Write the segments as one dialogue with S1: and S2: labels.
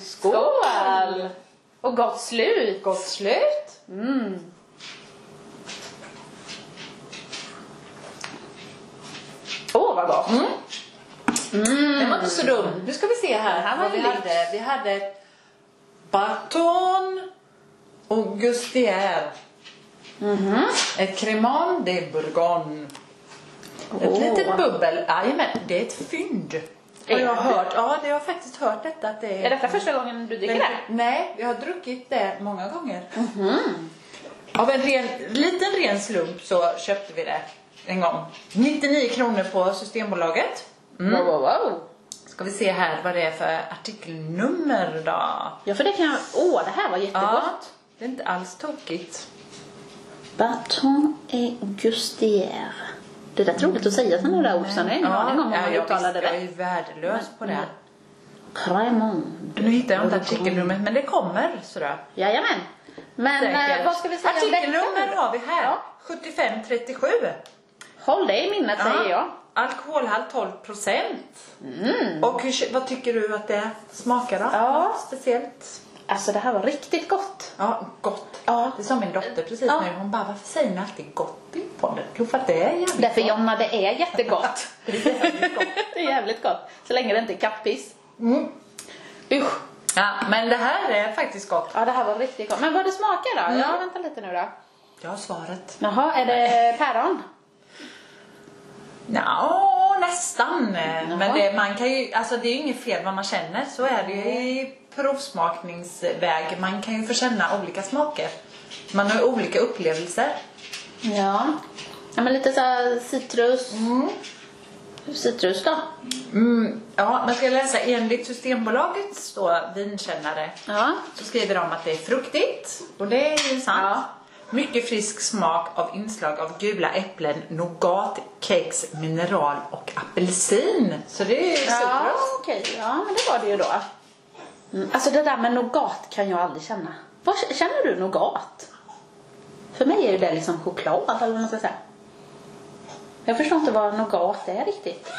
S1: Skål!
S2: Skål! Och gott slut!
S1: Gott slut!
S2: Mm. Åh, vad gott! Mm. Den var inte så dum.
S1: Nu ska vi se här,
S2: här var
S1: vad Mm. vi
S2: ju likt.
S1: hade. Vi hade ett baton och gustier. Mhm. Ett cremant, det är bourgogne. Ett
S2: Åh.
S1: litet bubbel. Jajamän, det är ett fynd. Har
S2: Är
S1: jag
S2: det?
S1: hört. Ja, det har jag faktiskt hört detta att det är...
S2: Är detta första gången du dricker det? Mhm.
S1: Nej, jag har druckit det många gånger. Av en ren, liten ren slump så köpte vi det en gång. 99 kronor på Systembolaget. Mm.
S2: Wow, wow, wow.
S1: Ska vi se här vad det är för artikelnummer då.
S2: Ja, för det kan jag... Åh, det här var jättegott.
S1: det är inte alls tokigt.
S2: Baton et gustière. Det där är roligt att säga sådana där ord, så jag har ingen aning om hur man Mm.
S1: jag,
S2: uttalar det
S1: visste, jag är
S2: rätt.
S1: ju värdelös på det.
S2: Cremond.
S1: Nu hittar jag inte artikelnumret men det kommer sådär.
S2: Jajamän. Men eh,
S1: Säkert.
S2: vad ska vi säga om
S1: Artikelnummer
S2: detta?
S1: har vi här.
S2: Ja.
S1: 7537.
S2: Håll det i minnet, säger jag.
S1: Alkoholhalt 12 procent. Och hur, vad tycker du att det smakar då?
S2: Ja.
S1: Speciellt?
S2: Alltså, det här var riktigt gott.
S1: Ja, gott.
S2: Ja.
S1: Det är som min dotter precis
S2: Ja.
S1: nu. Hon bara, varför säger ni alltid gott i podden? Jo, för att det är jävligt
S2: Därför, Jonna, det är jättegott.
S1: Det är jävligt gott.
S2: det är jävligt gott. Så länge det inte är kattpiss.
S1: Mm.
S2: Usch.
S1: Ja, men det här är faktiskt gott.
S2: Ja, det här var riktigt gott. Men vad det smakar då?
S1: Mm.
S2: Ja, vänta lite nu då.
S1: Jag har svaret.
S2: Jaha, är det päron?
S1: Nja, nästan. Men det, man kan ju, alltså det är ju inget fel vad man känner. Så är det ju i provsmakningsväg. Man kan ju få känna olika smaker. Man har ju olika upplevelser.
S2: Ja. Mm. Ja, men lite så här citrus. Citrus då?
S1: Mm, ja, man ska läsa enligt Systembolagets då, vinkännare
S2: Ja.
S1: så skriver de att det är fruktigt och det är ju sant.
S2: Ja.
S1: Mycket frisk smak av inslag av gula äpplen, nougat, kex, mineral och apelsin. Så det är ju
S2: Ja,
S1: superbra.
S2: okej. Ja, men det var det ju då. Mm. Alltså det där med nougat kan jag aldrig känna. Vad k- känner du nougat? För mig är ju det liksom choklad eller vad man ska säga. Jag förstår inte vad nougat är riktigt.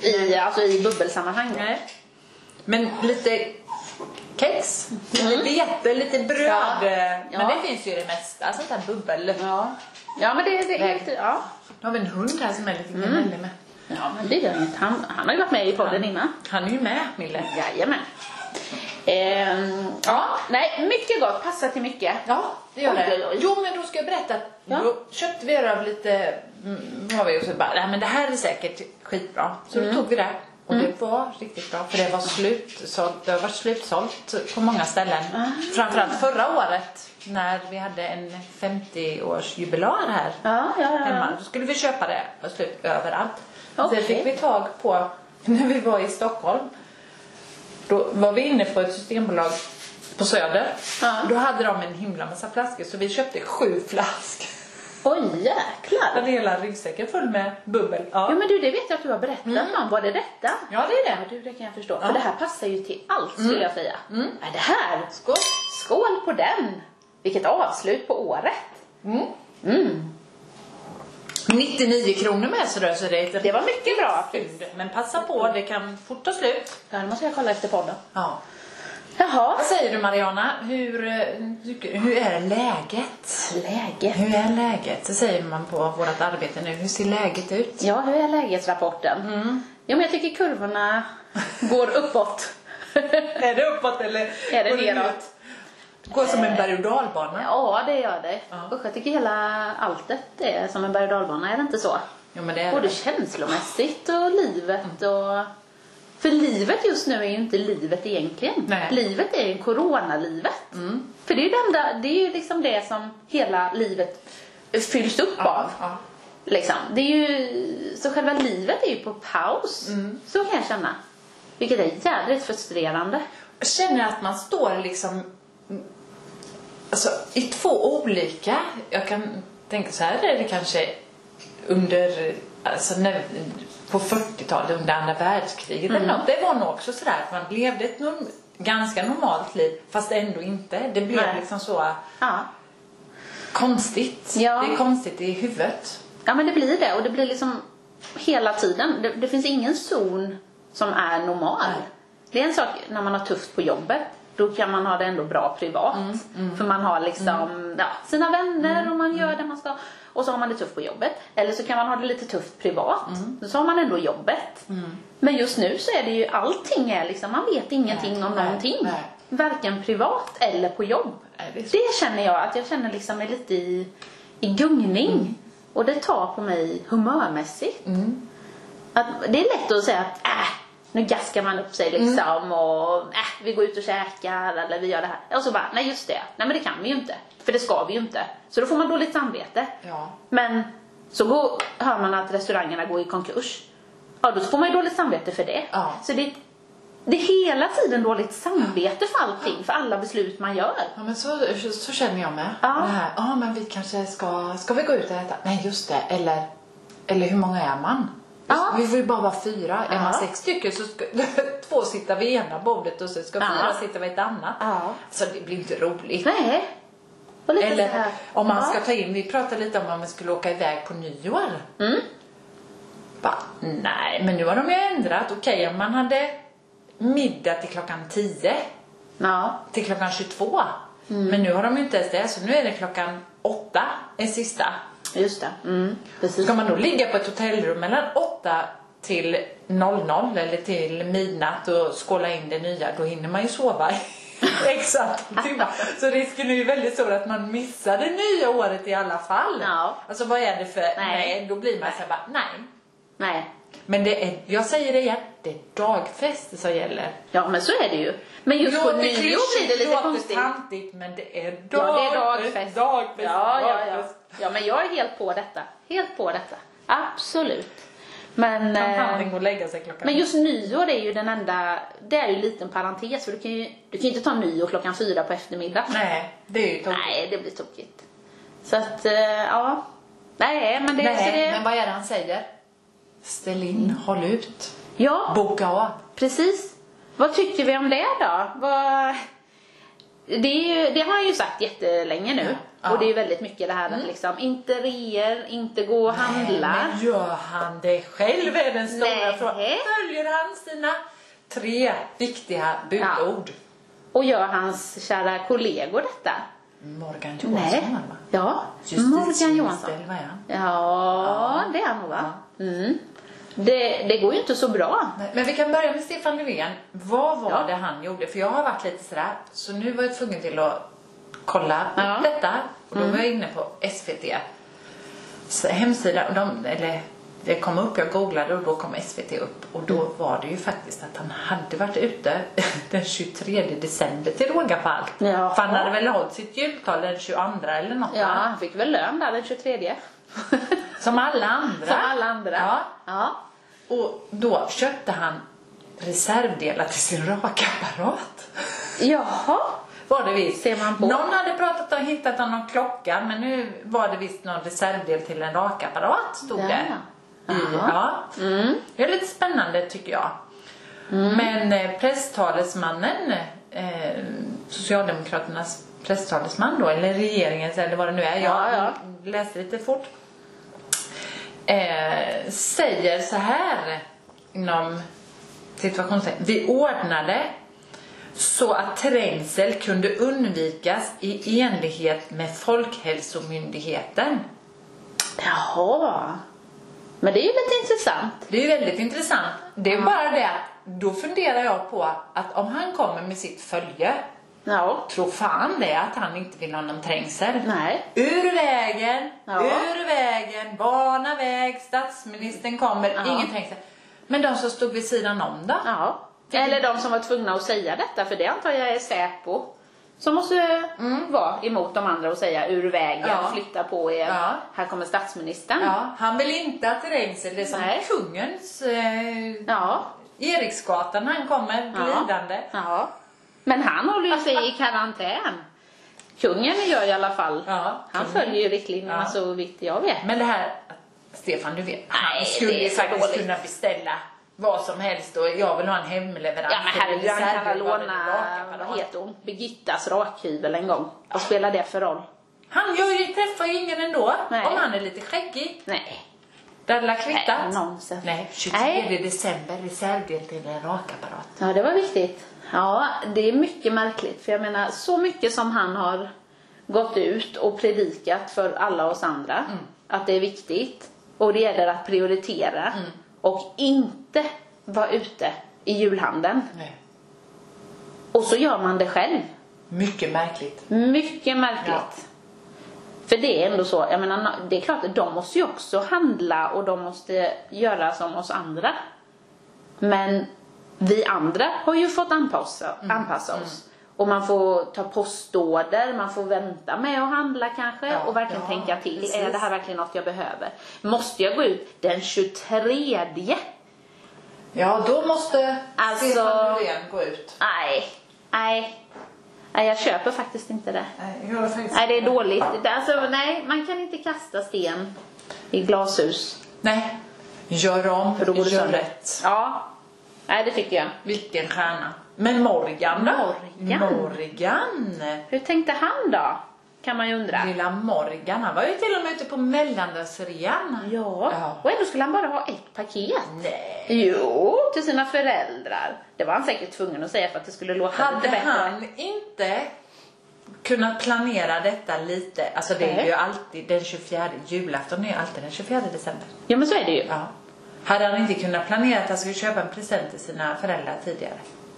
S2: I, alltså i bubbelsammanhang. då.
S1: Nej. Men lite kex, lite bete, lite bröd.
S2: Ja.
S1: Men
S2: Ja.
S1: det finns ju i det mesta, sånt där bubbel.
S2: Ja. Ja, men det, det är
S1: Nej.
S2: inte... Ja.
S1: Nu har vi en hund här som är lite gnällig med.
S2: ja, men det gör inget. Han, han har ju varit med i podden innan.
S1: Han är ju med, Mille.
S2: Jajamän. Ehm, ja, nej, mycket gott. Passar till mycket.
S1: Ja, det gör
S2: Oj, oj,
S1: det.
S2: oj.
S1: Jo, men då ska jag berätta att
S2: Ja.
S1: då köpte vi det av lite, mm, har vi också bara, nej men det här är säkert skitbra. Så
S2: Mm.
S1: då tog vi det. Och det var riktigt bra för det var slutsålt, det har varit slutsålt på många ställen.
S2: Ah.
S1: Framförallt förra året när vi hade en 50-årsjubilar här
S2: Ja, ja, ja.
S1: hemma. Då skulle vi köpa det och slut överallt.
S2: Okej.
S1: Sen fick vi tag på, när vi var i Stockholm, då var vi inne på ett systembolag på Söder.
S2: Ja.
S1: Då hade de en himla massa flaskor så vi köpte sju flaskor.
S2: Oj, jäklar.
S1: Den hela ryggsäcken full med bubbel.
S2: Ja
S1: Ja,
S2: men du, det vet jag att du har berättat om. Var det detta?
S1: ja det är
S2: Mm. Ja
S1: det.
S2: du, det kan jag förstå. För det här passar ju till allt skulle jag säga. Ja, det här,
S1: Skål.
S2: skål på den! Vilket avslut på året!
S1: Mm. 99 kronor med så då, så det är ett
S2: Det var mycket bra pris.
S1: fynd. Men passa på, det kan fort ta slut.
S2: Ja, det måste jag kolla efter podden.
S1: Ja.
S2: Jaha,
S1: Vad säger du Mariana? Hur, eh, tycker- hur är läget?
S2: läget.
S1: Hur är läget? Det säger man på vårt arbete nu. Hur ser läget ut?
S2: Ja, hur är lägesrapporten? Jo, men jag tycker kurvorna går uppåt.
S1: Är det uppåt eller?
S2: Är det
S1: går
S2: neråt?
S1: ut? Går som en berg och dalbana.
S2: Ja, det gör det.
S1: Ja.
S2: Usch, jag tycker hela alltet är som en berg och dalbana, är det inte så?
S1: Ja, men det är
S2: Både
S1: det.
S2: känslomässigt och livet och... För livet just nu är ju inte livet egentligen.
S1: Nej. Mm.
S2: Livet är ju coronalivet. För det är ju det enda, det är ju liksom det som hela livet fylls upp av.
S1: Ja, ja.
S2: Liksom. Det är ju, så själva livet är ju på paus.
S1: Mm.
S2: Så kan jag känna. Vilket är jävligt frustrerande.
S1: Jag känner att man står liksom alltså, i två olika. Jag kan tänka så här är det kanske under, alltså när, på 40-talet under andra världskriget
S2: Mm.
S1: eller något. Det var nog också sådär att man levde ett norm, ganska normalt liv fast ändå inte. Det blev
S2: Nej.
S1: liksom så
S2: Ja.
S1: konstigt.
S2: Ja.
S1: Det är konstigt i huvudet.
S2: Ja men det blir det och det blir liksom hela tiden. Det, det finns ingen zon som är normal. Det är en sak när man har tufft på jobbet. då kan man ha det ändå bra privat.
S1: Mm,
S2: För man har liksom ja, sina vänner och man
S1: mm.
S2: gör det man ska. Och så har man det tufft på jobbet. Eller så kan man ha det lite tufft privat.
S1: Mm.
S2: Så har man ändå jobbet. Men just nu så är det ju allting är liksom, man vet ingenting
S1: Nej,
S2: om
S1: nej,
S2: någonting.
S1: nej.
S2: Varken privat eller på jobb.
S1: Nej, det är så.
S2: Det känner jag, att jag känner liksom mig lite i, i gungning. Och det tar på mig humörmässigt.
S1: Mm.
S2: Att det är lätt att säga att äh, nu gaskar man upp
S1: Mm.
S2: sig liksom och äh, vi går ut och käkar eller vi gör det här. Och så bara, nej just det, nej men det kan vi ju inte. För det ska vi ju inte. Så då får man dåligt samvete.
S1: Ja.
S2: Men så går, hör man att restaurangerna går i konkurs. Ja, då får man ju dåligt samvete för det.
S1: Ja.
S2: Så det, det är hela tiden dåligt samvete för allting, för alla beslut man gör.
S1: Ja men så, så, så känner jag med.
S2: Ja.
S1: Det här, ja men vi kanske ska, ska vi gå ut och äta? Nej just det, eller, eller hur många är man?
S2: Ja.
S1: Vi får ju bara vara fyra. Är man
S2: Ja.
S1: sex stycken så ska två sitta vid ena bordet och så ska
S2: Ja.
S1: fyra sitta vid ett annat.
S2: Ja.
S1: Så det blir inte roligt.
S2: Nej. Och lite så
S1: Eller
S2: här.
S1: om man ska
S2: ja.
S1: ta in, vi pratade lite om om vi skulle åka iväg på nyår.
S2: Mm.
S1: Bara, nej men nu har de ju ändrat. Okej om man hade middag till klockan 10
S2: Ja.
S1: till klockan 22.
S2: Mm.
S1: Men nu har de ju inte ens det, så nu är det klockan 8, en sista.
S2: Just det. Mm. Precis.
S1: Ska man då ligga på ett hotellrum mellan 8 till 00 eller till midnatt och skåla in det nya, då hinner man ju sova i exakt en timme. Så risken är ju väldigt stor att man missar det nya året i alla fall.
S2: Ja.
S1: Alltså vad är det för, nej, då blir man
S2: Nej.
S1: så här bara, nej.
S2: Nej.
S1: Men det är, jag säger det igen, det är dagfest som gäller.
S2: Ja, men så är det ju. Men just på
S1: Låter
S2: nyår blir det
S1: klyschigt,
S2: lite
S1: låter
S2: konstigt.
S1: tantigt men det är dagfest.
S2: Ja, det är dagfest.
S1: dagfest,
S2: ja, ja, ja.
S1: dagfest.
S2: ja, men jag är helt på detta. Helt på detta. Absolut. Men...
S1: Kan
S2: eh,
S1: fan gå och lägga sig klockan.
S2: Men just nyår är ju den enda, det är ju en liten parentes för du kan ju, du kan ju inte ta nyår klockan fyra på eftermiddagen.
S1: Nej, det är ju tokigt.
S2: Nej, det blir tokigt. Så att, eh, ja. Nej, men det, så
S1: Nej,
S2: det
S1: men vad är det han säger? Ställ in, håll ut,
S2: ja,
S1: boka av.
S2: precis. Vad tycker vi om det då? Vad, det, är ju, det har han ju sagt jättelänge nu.
S1: Ja. Mm.
S2: Och det är ju väldigt mycket det här att liksom, inte reer, inte gå och handla.
S1: Nej, men gör han det själv är den stora
S2: Nej.
S1: frågan. Följer han sina tre viktiga budord?
S2: Och gör hans kära kollegor detta?
S1: Morgan Johansson,
S2: Nej.
S1: mamma.
S2: Ja, Morgan
S1: Justitieminister,
S2: Johansson.
S1: eller vad är han?
S2: Ja, det är han nog va? Mm. Det, det går ju inte så bra.
S1: Nej, Men vi kan börja med Stefan Löfven. Vad var
S2: Ja.
S1: det han gjorde? För jag har varit lite sådär, så nu var jag tvungen till att kolla upp
S2: Ja. Mm.
S1: detta. Och då var jag inne på SVT s hemsida, och de, eller det kom upp, jag googlade och då kom SVT upp. Och
S2: Mm.
S1: då var det ju faktiskt att han hade varit ute den 23 december till råga på allt.
S2: Jaha.
S1: För han hade väl hållit sitt jultal den 22 eller något.
S2: Ja,
S1: va?
S2: han fick väl lön där den 23.
S1: Som alla andra.
S2: Som alla andra.
S1: Ja.
S2: ja.
S1: Och då köpte han reservdelar till sin rakapparat.
S2: Jaha.
S1: Var det visst.
S2: Ser man på.
S1: Någon hade pratat om hittat om någon klocka men nu var det visst någon reservdel till en rakapparat stod
S2: Ja.
S1: det. I- Ja.
S2: Jaha. Mm.
S1: Det är lite spännande tycker jag. Men eh, presstalesmannen, eh, Socialdemokraternas presstalesman då, eller regeringens eller vad det nu är, jag
S2: Ja, ja.
S1: läste lite fort. Eh, säger så här inom situationstecken. Vi ordnade så att trängsel kunde undvikas i enlighet med Folkhälsomyndigheten.
S2: Jaha. Men det är ju lite intressant.
S1: Det är ju väldigt intressant. Det är bara det att då funderar jag på att om han kommer med sitt följe,
S2: Ja.
S1: tro fan det att han inte vill ha någon trängsel.
S2: Nej.
S1: Ur vägen,
S2: Ja.
S1: ur vägen, bana väg, statsministern kommer,
S2: Ja.
S1: ingen trängsel. Men de som stod vid sidan om då?
S2: Ja. Eller de som var tvungna att säga detta, för det antar jag är Säpo. Som måste mm. vara emot de andra och säga ur vägen,
S1: Ja.
S2: flytta på er,
S1: Ja.
S2: här kommer statsministern.
S1: Ja, han vill inte att trängsel, det är som
S2: Nej.
S1: kungens eh,
S2: ja.
S1: Eriksgatan han kommer glidande.
S2: Ja. Men han håller
S1: Alltså,
S2: ju sig i karantän. Kungen gör i alla fall.
S1: Ja,
S2: han
S1: kungen.
S2: följer ju riktlinjerna
S1: Ja.
S2: så vitt jag vet.
S1: Men det här, Stefan du vet, han
S2: Nej,
S1: skulle
S2: det är
S1: ju
S2: så
S1: faktiskt
S2: dåligt.
S1: kunna beställa vad som helst och jag vill ha en hemleverans.
S2: Ja men herregud,
S1: Eller
S2: han kan
S1: reservdelar,
S2: låna,
S1: eller
S2: vad
S1: vad
S2: heter hon, Birgittas rakhyvel en gång. Vad spelar det för roll?
S1: Han gör ju, träffar ju ingen ändå,
S2: Nej.
S1: om han är lite skäckig.
S2: Nej.
S1: Det hade lagt kvittat.
S2: Nej, nonsens.
S1: Nej, 23
S2: Nej.
S1: december, reservdel till en rakapparat.
S2: Ja, det var viktigt. Ja, det är mycket märkligt. För jag menar, så mycket som han har gått ut och predikat för alla oss andra. Att det är viktigt. Och det gäller att prioritera. Och inte vara ute i julhandeln.
S1: Nej.
S2: Och så gör man det själv.
S1: Mycket märkligt.
S2: Mycket märkligt.
S1: Ja.
S2: För det är ändå så, jag menar, det är klart, de måste ju också handla och de måste göra som oss andra. Men vi andra har ju fått anpassa,
S1: Mm.
S2: anpassa oss. Och man får ta postorder, man får vänta med att handla kanske
S1: Ja,
S2: och verkligen
S1: ja,
S2: tänka till.
S1: precis.
S2: Är det här verkligen något jag behöver? Måste jag gå ut den 23?
S1: Ja, då måste
S2: Alltså-
S1: Stefan Löfven gå ut.
S2: Nej, nej. Nej, jag köper faktiskt inte det.
S1: Nej, jag har faktiskt-
S2: Nej, det är dåligt. Det- Alltså, nej, man kan inte kasta sten i glashus.
S1: Nej. Gör om,
S2: För då går det
S1: gör
S2: sönder.
S1: rätt.
S2: Ja. Nej, det tycker jag.
S1: Vilken stjärna. Men Morgan då?
S2: Morgan.
S1: Morgan.
S2: Hur tänkte han då? Kan man ju undra.
S1: Lilla Morgan, han var ju till och med ute på mellandagsrean.
S2: Ja.
S1: Ja.
S2: Och ändå skulle han bara ha ett paket.
S1: Nej.
S2: Jo, till sina föräldrar. Det var han säkert tvungen att säga för att det skulle låta
S1: Hade
S2: lite bättre.
S1: han inte kunnat planera detta lite, alltså det är
S2: Nej.
S1: ju alltid den 24, julafton är ju alltid den 24 december.
S2: Ja, men så är det ju.
S1: Ja. Hade han inte kunnat planera att han skulle köpa en present till sina föräldrar tidigare?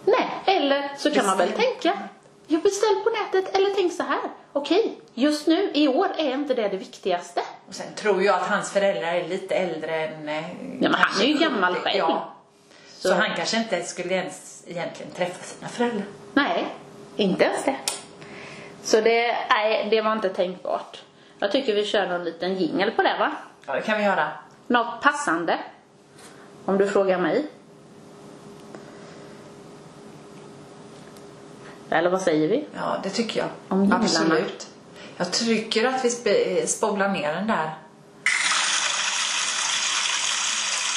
S2: Nej, eller så kan man väl
S1: Beställ.
S2: tänka. Jag beställ på nätet eller tänk så här. Okej, just nu i år är inte det det viktigaste.
S1: Och sen tror jag att hans föräldrar är lite äldre än... eh,
S2: men han
S1: kanske
S2: är ju gammal
S1: 70,
S2: själv.
S1: Ja. Så.
S2: Så-
S1: han kanske inte skulle ens egentligen träffa sina föräldrar.
S2: Nej, inte ens det. Så det, nej, det var inte tänkbart. Jag tycker vi kör någon liten jingel på det va?
S1: Ja, det kan vi göra.
S2: Något passande. Om du frågar mig. Eller vad säger vi?
S1: Ja, det tycker jag.
S2: Om jinglarna.
S1: Absolut. Jag tycker att vi sp- eh, spolar ner den där.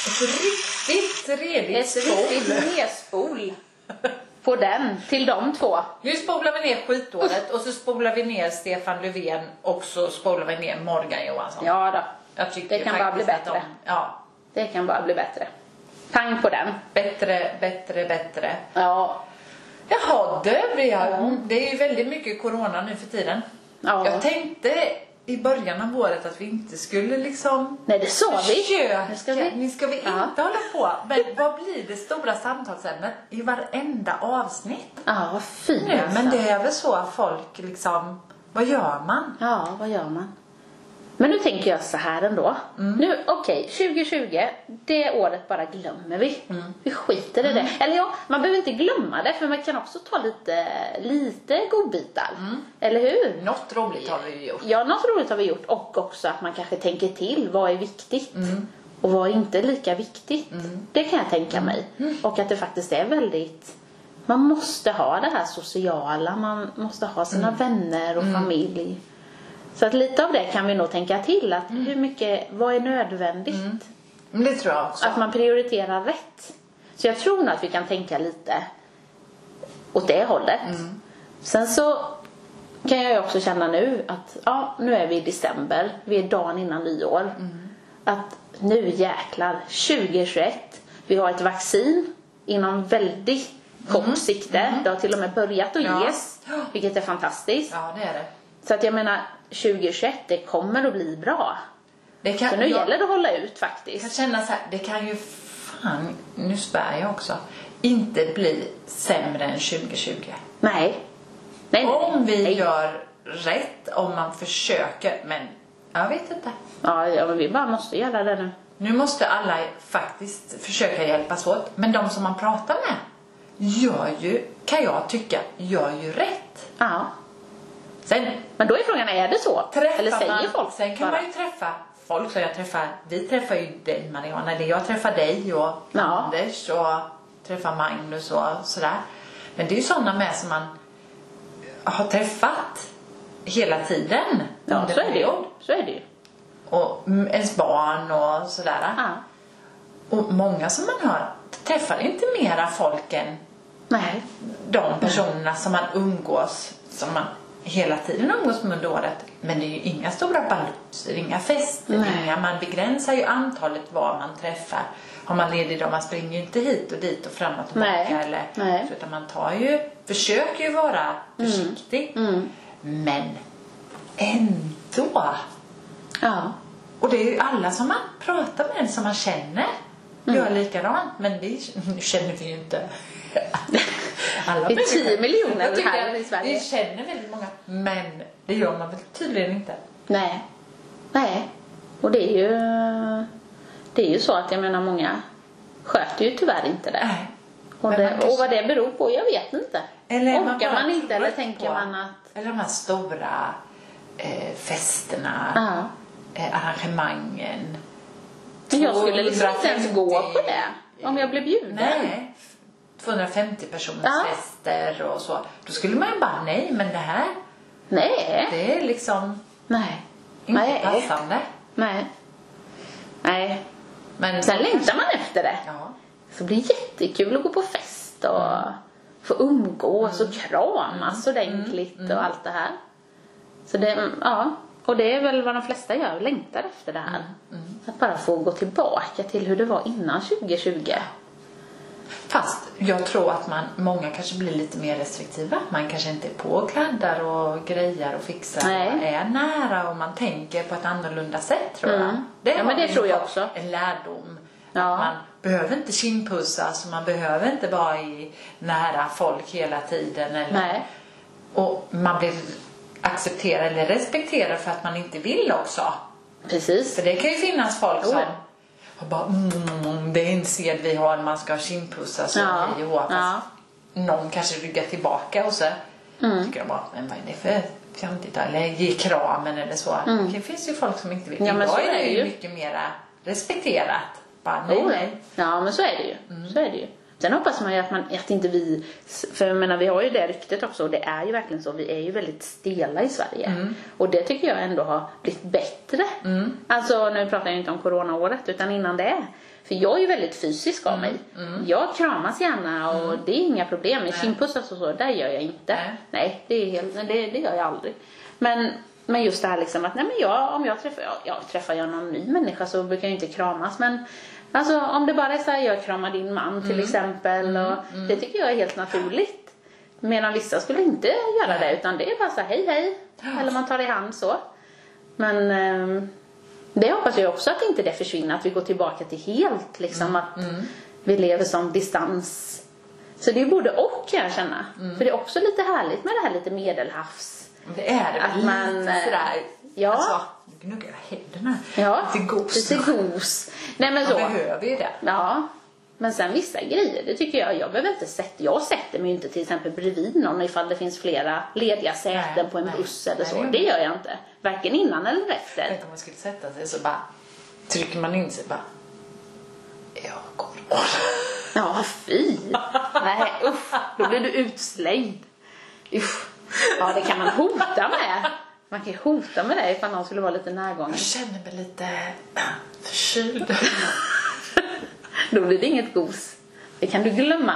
S1: Ett riktigt redigt
S2: Ett
S1: spol.
S2: riktigt nedspol på den, till de två.
S1: Nu spolar vi ner skitåret och så spolar vi ner Stefan Löfven och så spolar vi ner Morgan Johansson.
S2: Ja då,
S1: Jag tycker
S2: Det kan bara bli
S1: faktiskt att
S2: bättre.
S1: De, ja,
S2: det kan bara bli bättre. Pang på den.
S1: bättre, bättre, bättre.
S2: Ja,
S1: Jaha, det blir jag. Det är ju väldigt mycket corona nu för tiden.
S2: Ja.
S1: Jag tänkte i början av året att vi inte skulle liksom
S2: nej det sa vi.
S1: försöka.
S2: Nu ska vi.
S1: Nu ska vi inte
S2: Ja.
S1: hålla på. Men vad blir det stora samtalsämnet i varenda avsnitt
S2: Ja, vad fin
S1: nu?
S2: alltså.
S1: Men det är väl så att folk liksom, vad gör man?
S2: Ja, vad gör man? Mm. Men nu tänker jag så här ändå. Nu, okej, 2020, det året bara glömmer vi. Vi skiter i det. Eller ja, man behöver inte glömma det för man kan också ta lite, lite godbitar. Eller hur?
S1: Något roligt har vi ju gjort.
S2: Ja, något roligt har vi gjort och också att man kanske tänker till. Vad är viktigt? Och vad är inte lika viktigt? Det kan jag tänka mig. Och att det faktiskt är väldigt... Man måste ha det här sociala. Man måste ha sina vänner och familj. Så att lite av det kan vi nog tänka till. Att hur mycket, vad är nödvändigt?
S1: Men Mm, det tror jag också.
S2: Att man prioriterar rätt. Så jag tror nog att vi kan tänka lite åt det hållet. Sen så kan jag ju också känna nu att ja, nu är vi i december. Vi är dagen innan nyår. Att nu jäklar, 2021. Vi har ett vaccin inom väldigt kort sikte. Det har till och med börjat att
S1: Ja.
S2: ges.
S1: Ja.
S2: Vilket är fantastiskt.
S1: Ja, det är det.
S2: Så att jag menar, 2021 det kommer att bli bra.
S1: det kan,
S2: Så nu
S1: jag-
S2: gäller det att hålla ut faktiskt.
S1: Jag känner så här, det kan ju fan, nu svär jag också, inte bli sämre än 2020.
S2: Nej. Nej, nej,
S1: Om vi
S2: nej.
S1: gör rätt, om man försöker, men jag vet inte.
S2: Ja, ja, men vi bara måste göra det nu.
S1: Nu måste alla faktiskt försöka hjälpas åt, men de som man pratar med gör ju, kan jag tycka, gör ju rätt.
S2: Ja.
S1: Sen
S2: Men då är frågan, är det så?
S1: träffar
S2: Eller säger
S1: man,
S2: folk
S1: sen kan
S2: bara?
S1: man ju träffa folk som jag träffar, vi träffar ju dig Mariana, eller jag träffar dig och
S2: Ja.
S1: Anders och träffar Magnus och sådär. Men det är ju sådana med som man har träffat hela tiden.
S2: Ja,
S1: under
S2: så är det ju.
S1: period.
S2: Så är det ju.
S1: Och mm, ens barn och sådär.
S2: Ja.
S1: Och många som man hör träffar inte mera folk än
S2: Nej.
S1: de personerna som man umgås som man hela tiden umgås med under året. Men det är ju inga stora baluser, inga fester,
S2: Nej.
S1: inga, man begränsar ju antalet var man träffar. Har man ledig dag, man springer ju inte hit och dit och fram och tillbaka.
S2: Nej.
S1: Eller,
S2: Nej. Mm.
S1: så Utan man tar ju, försöker ju vara försiktig. Men ändå.
S2: Ja.
S1: Och det är ju alla som man pratar med, som man känner, gör
S2: Mm.
S1: likadant. Men vi nu känner vi ju inte alla
S2: Det är 10
S1: människor.
S2: miljoner
S1: Jag tycker
S2: här
S1: att
S2: i Sverige.
S1: Vi känner väldigt många, men det gör man väl tydligen inte.
S2: Nej. Nej. Och det är ju... Det är ju så att jag menar många sköter ju tyvärr inte det.
S1: Nej.
S2: Och,
S1: Äh, Men man
S2: det,
S1: kanske-
S2: och vad det beror på, jag vet inte.
S1: Eller är man
S2: Orkar
S1: bara
S2: man, inte eller
S1: trött
S2: tänker
S1: på-
S2: man att...
S1: Eller de här stora eh, festerna,
S2: Ja.
S1: eh, arrangemangen.
S2: Men jag skulle liksom inte ens gå på
S1: 250.
S2: det. Om jag blev bjuden.
S1: Nej. 250 personers
S2: Ja.
S1: fester och så. Då skulle man ju bara, nej men det här,
S2: Nej.
S1: det är liksom
S2: Nej.
S1: inte
S2: Nej.
S1: passande.
S2: Nej. Nej.
S1: Men
S2: Sen längtar man efter det.
S1: Ja.
S2: Så det blir jättekul att gå på fest och få umgås och kramas ordentligt och allt det här. Så det, mm, ja. Och det är väl vad de flesta gör, längtar efter det här. Att bara få gå tillbaka till hur det var innan 2020.
S1: Fast jag tror att man, många kanske blir lite mer restriktiva. Man kanske inte är på och kladdar och grejar och fixar.
S2: Nej.
S1: Man är nära och man tänker på ett annorlunda sätt tror jag.
S2: Mm. Ja,
S1: har
S2: men det
S1: vi
S2: tror jag
S1: fått
S2: också.
S1: En lärdom.
S2: Ja.
S1: Att man behöver inte kindpussas och man behöver inte vara i nära folk hela tiden. Eller,
S2: Nej.
S1: Och man blir accepterad eller respekterad för att man inte vill också.
S2: Precis.
S1: För det kan ju finnas folk
S2: Jo.
S1: som och bara mm, det är en sed vi har, man ska kindpussas och
S2: Ja.
S1: hej och hå", fast
S2: Ja.
S1: Någon kanske ryggar tillbaka och så
S2: Mm.
S1: tycker de bara, men vad är det för fjantigt? Eller ge kramen eller så. Det finns ju folk som inte vill.
S2: Mm. Ja, men så
S1: Idag är
S2: är
S1: det
S2: det
S1: ju
S2: ju. Oh,
S1: mycket mera respekterat. Bara, nej,
S2: Jo,
S1: nej.
S2: Ja, Mm. men så är det ju. Så är det ju. Sen hoppas man ju att, man, att inte vi, för jag menar vi har ju det ryktet också och det är ju verkligen så, vi är ju väldigt stela i Sverige. Och det tycker jag ändå har blivit bättre. Alltså nu pratar jag inte om coronaåret utan innan det. För jag är ju väldigt fysisk av mig. Jag kramas gärna och det är inga problem. Men Kindpussas och så, där gör jag inte.
S1: Nej.
S2: Mm. Nej, det, är helt, det, det gör jag aldrig. Men, men just det här liksom att nej men jag, om jag träffar, jag, jag träffar jag någon ny människa så brukar jag inte kramas men Alltså om det bara är så här, jag kramar din man till exempel och det tycker jag är helt naturligt. Medan vissa skulle inte göra det utan det är bara så här, hej hej. Eller man tar i hand så. Men ehm, det hoppas jag också att inte det försvinner, att vi går tillbaka till helt liksom
S1: Mm,
S2: att vi lever som distans. Så det är både och kan jag känna.
S1: Mm.
S2: För det är också lite härligt med det här lite medelhavs.
S1: Det är det
S2: Att
S1: väl
S2: man,
S1: lite
S2: eh,
S1: sådär.
S2: ja.
S1: Alltså, nu gnuggar jag händerna.
S2: Ja,
S1: Lite gos.
S2: Lite gos. Nej men så.
S1: Man behöver ju det.
S2: Ja. Men sen vissa grejer, det tycker jag, jag behöver inte sätta, jag sätter mig ju inte till exempel bredvid någon ifall det finns flera lediga säten
S1: Nej,
S2: på en
S1: nej.
S2: buss eller
S1: Nej,
S2: så.
S1: det gör
S2: Det gör jag inte. Varken innan eller efter.
S1: Tänk om man skulle sätta sig så bara trycker man in sig bara. Jag går.
S2: Ja, fy! Nej, usch. Då blir du utslängd. Usch. Ja, det kan man hota med. Man kan ju hota med det ifall någon skulle vara lite närgången.
S1: Jag känner mig lite förkyld.
S2: Då blir det inget gos. Det kan du glömma.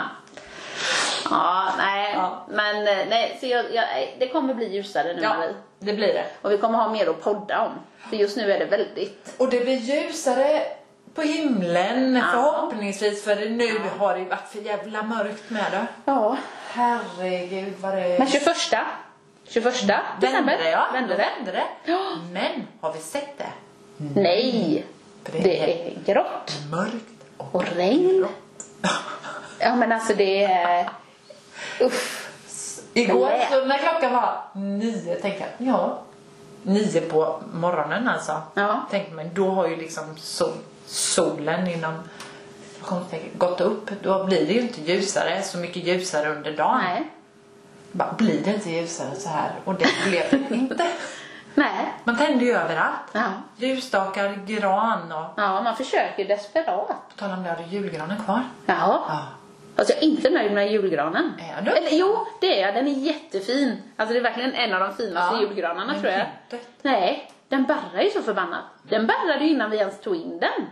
S2: Ja, nej.
S1: Ja.
S2: Men eh, nej, så jag, jag, eh, det kommer bli ljusare nu Marie.
S1: det blir det.
S2: Och vi kommer ha mer att podda om. För just nu är det väldigt...
S1: Och det blir ljusare på himlen förhoppningsvis för nu har det ju varit för jävla mörkt med det.
S2: Ja.
S1: Herregud vad det
S2: Men 21, 21 december
S1: Vände jag?
S2: vände
S1: Då
S2: det.
S1: Vände det.
S2: Ja.
S1: Men har vi sett det?
S2: Nej,
S1: För
S2: det är grått
S1: mörkt och
S2: och regn. Ja men alltså det är... Uff.
S1: Igår
S2: Nej.
S1: så när klockan var nio tänkte jag, ja, nio på morgonen alltså.
S2: Ja.
S1: Tänkte man, då har ju liksom sol, solen inom citationstecken gått upp. Då blir det ju inte ljusare, så mycket ljusare under dagen.
S2: Nej.
S1: Bara, blir det inte ljusare så här? Och det blev det inte.
S2: Nej.
S1: Man tände ju överallt.
S2: Ja.
S1: Ljusstakar, gran och
S2: Ja, man försöker desperat.
S1: på tal om det, har du julgranen kvar?
S2: Ja.
S1: Ja.
S2: Alltså jag är inte nöjd med julgranen.
S1: Är du?
S2: Eller jo, det är jag. Den är jättefin. Alltså det är verkligen en av de finaste
S1: Ja. Mm.
S2: julgranarna
S1: Men
S2: tror jag.
S1: gud.
S2: Nej, den barrar ju så förbannat. Den barrade ju innan vi ens tog in den.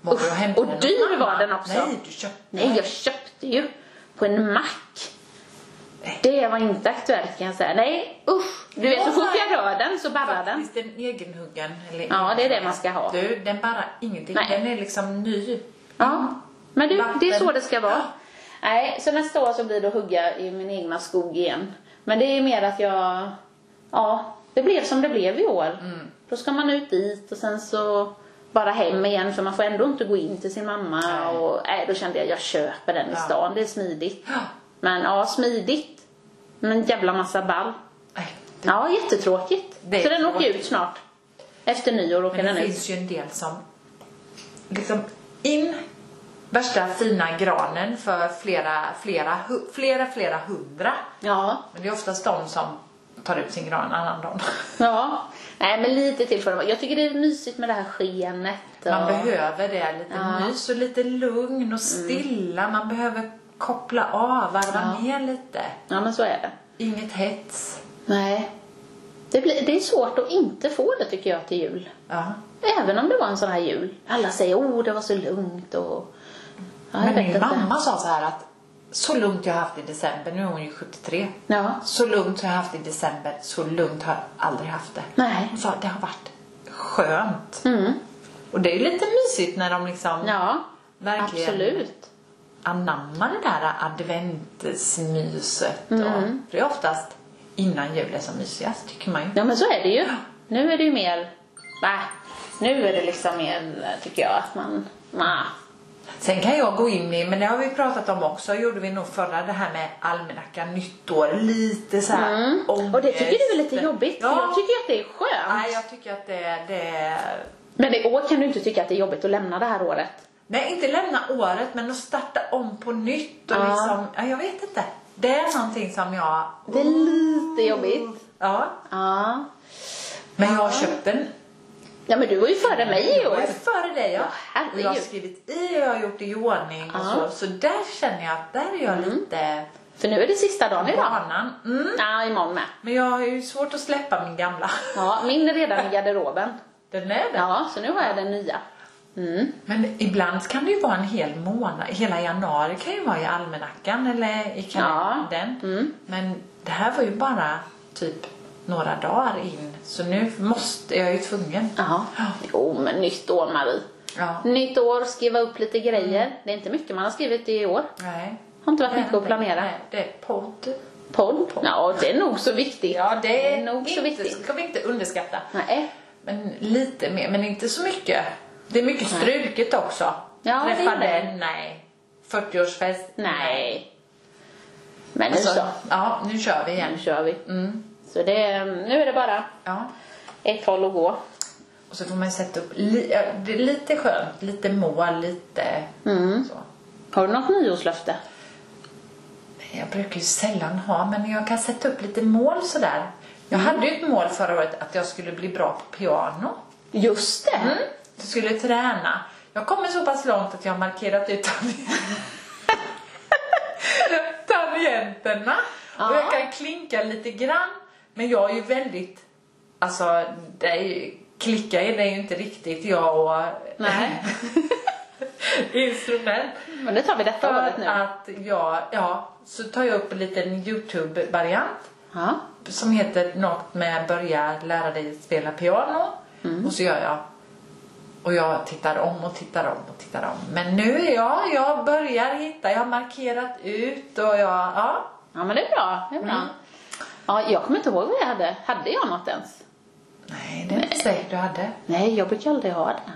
S1: Var
S2: Usch,
S1: du och hämtade
S2: och
S1: någon
S2: dyr
S1: annan?
S2: var den också.
S1: Nej, du köpte
S2: Nej, jag köpte ju på en mack. Det var inte aktuellt kan jag säga. Nej, usch! Du vet, så fort jag rör den så barrar den.
S1: Faktiskt den egenhuggen. Eller
S2: Ja, det är det man ska ha.
S1: Du, den barrar ingenting.
S2: Nej.
S1: Den är liksom ny.
S2: Ja, men du, det är så
S1: Vatten.
S2: det ska vara. Nej, så nästa år så blir det att hugga i min egna skog igen. Men det är mer att jag, ja, det blev som det blev i år. Då ska man ut dit och sen så bara hem igen för man får ändå inte gå in till sin mamma.
S1: Nej.
S2: Och, nej, då kände jag jag köper den i
S1: Ja.
S2: stan, det är smidigt.
S1: Ja.
S2: Men ja, smidigt. Men en jävla massa ball.
S1: Nej, det,
S2: Ja, jättetråkigt.
S1: Det är
S2: så den åker
S1: tråkigt.
S2: ut snart. Efter nyår åker
S1: men
S2: den
S1: det
S2: ut.
S1: finns ju en del som liksom in värsta fina granen för flera, flera, hu- flera, flera hundra.
S2: Ja,
S1: Men det är oftast de som tar ut sin gran en annan dag.
S2: Ja, nej men lite till får det vara. Jag tycker det är mysigt med det här skenet. och-
S1: Man behöver det, lite
S2: Ja. Mm.
S1: mys och lite lugn och stilla. Man behöver koppla av, varva
S2: Ja.
S1: ner lite.
S2: Ja men så är det.
S1: Inget hets.
S2: Nej. Det, blir, det är svårt att inte få det tycker jag till jul.
S1: Ja.
S2: Även om det var en sån här jul. Alla säger oh det var så lugnt och... Ja, jag
S1: Men min
S2: vet inte.
S1: mamma sa så här att så lugnt jag har haft i december, nu är hon ju 73.
S2: Ja.
S1: Så lugnt har jag haft i december, så lugnt har jag aldrig haft det.
S2: Nej.
S1: Hon sa att det har varit skönt.
S2: Mm.
S1: Och det är ju lite mysigt när de liksom
S2: Ja.
S1: verkligen
S2: Absolut.
S1: anammar det där adventsmyset.
S2: Mm.
S1: Och, för det är oftast innan jul är som mysigast tycker man ju.
S2: Ja men så är det ju. Nu är det ju mer... Va? Nu är det liksom mer tycker jag att man... Ma.
S1: Sen kan jag gå in i, men det har vi pratat om också, gjorde vi nog förra, det här med almanackan, nyttår, lite så här
S2: Mm. Och det tycker du är lite jobbigt. För
S1: Ja.
S2: jag tycker att det är skönt.
S1: Nej, jag tycker att det, det
S2: Men i år kan du inte tycka att det är jobbigt att lämna det här året.
S1: Nej, inte lämna året, men att starta om på nytt och
S2: Ja.
S1: liksom, ja, jag vet inte. Det är någonting som jag,
S2: Det är lite jobbigt.
S1: ja.
S2: Ja.
S1: Men jag har köpt en.
S2: Ja men du var ju före mig i
S1: Jag är
S2: år.
S1: före dig, ja.
S2: herregud.
S1: Och jag har skrivit i och jag har gjort i ordning och
S2: Ja.
S1: så. Så där känner jag att där är jag lite
S2: För nu är det sista dagen
S1: på
S2: idag.
S1: banan. Mm.
S2: Ja, imorgon med.
S1: Men jag har ju svårt att släppa min gamla.
S2: Ja, min är redan i garderoben.
S1: Den är det.
S2: Ja, så nu har jag den nya. Mm.
S1: Men ibland kan det ju vara en hel månad, hela januari kan ju vara i almanackan eller i kalendern.
S2: Mm.
S1: Men det här var ju bara typ några dagar in. Så nu måste, jag är ju tvungen.
S2: Ja. Jo, men nytt år Marie.
S1: Ja.
S2: Nytt år, skriva upp lite grejer. Det är inte mycket man har skrivit i år.
S1: Nej.
S2: Har inte varit mycket att planera.
S1: Nej, det är podd.
S2: Podd? Ja, det är nog så viktigt.
S1: Ja, det är,
S2: är nog så
S1: inte,
S2: viktigt.
S1: ska vi inte underskatta.
S2: Nej.
S1: Men lite mer, men inte så mycket. Det är mycket struket också.
S2: Ja, det är
S1: Träffa
S2: det.
S1: den, nej. 40-årsfest,
S2: Nej. Men nu
S1: Alltså,
S2: så.
S1: ja, nu kör vi igen.
S2: Nu kör vi.
S1: Mm.
S2: Så det, nu är det bara
S1: Ja.
S2: ett håll att gå.
S1: Och så får man sätta upp li, ja, det är lite skönt, lite mål, lite
S2: Mm.
S1: så.
S2: Har du något nyårslöfte?
S1: Jag brukar ju sällan ha, men jag kan sätta upp lite mål sådär. Jag hade ju ett mål förra året att jag skulle bli bra på piano.
S2: Just det!
S1: Mm. Jag skulle träna. Jag kommer så pass långt att jag har markerat ut tangenterna.
S2: Ja.
S1: Och jag kan klinka lite grann. Men jag är ju väldigt, alltså det är ju, klicka är det ju inte riktigt jag och
S2: Nej.
S1: instrument.
S2: Men det tar vi detta
S1: För
S2: året nu.
S1: att jag, ja, så tar jag upp en liten Youtube-variant
S2: Ja.
S1: som heter något med börja lära dig spela piano.
S2: Mm.
S1: Och så gör jag. Och jag tittar om och tittar om och tittar om. Men nu är jag, jag börjar hitta, jag har markerat ut och jag, ja.
S2: ja, men det är bra. Det är bra. Ja, jag kommer inte ihåg vad jag hade. Hade jag något ens?
S1: Nej, det är inte säkert du hade.
S2: Nej, jag brukar aldrig ha det.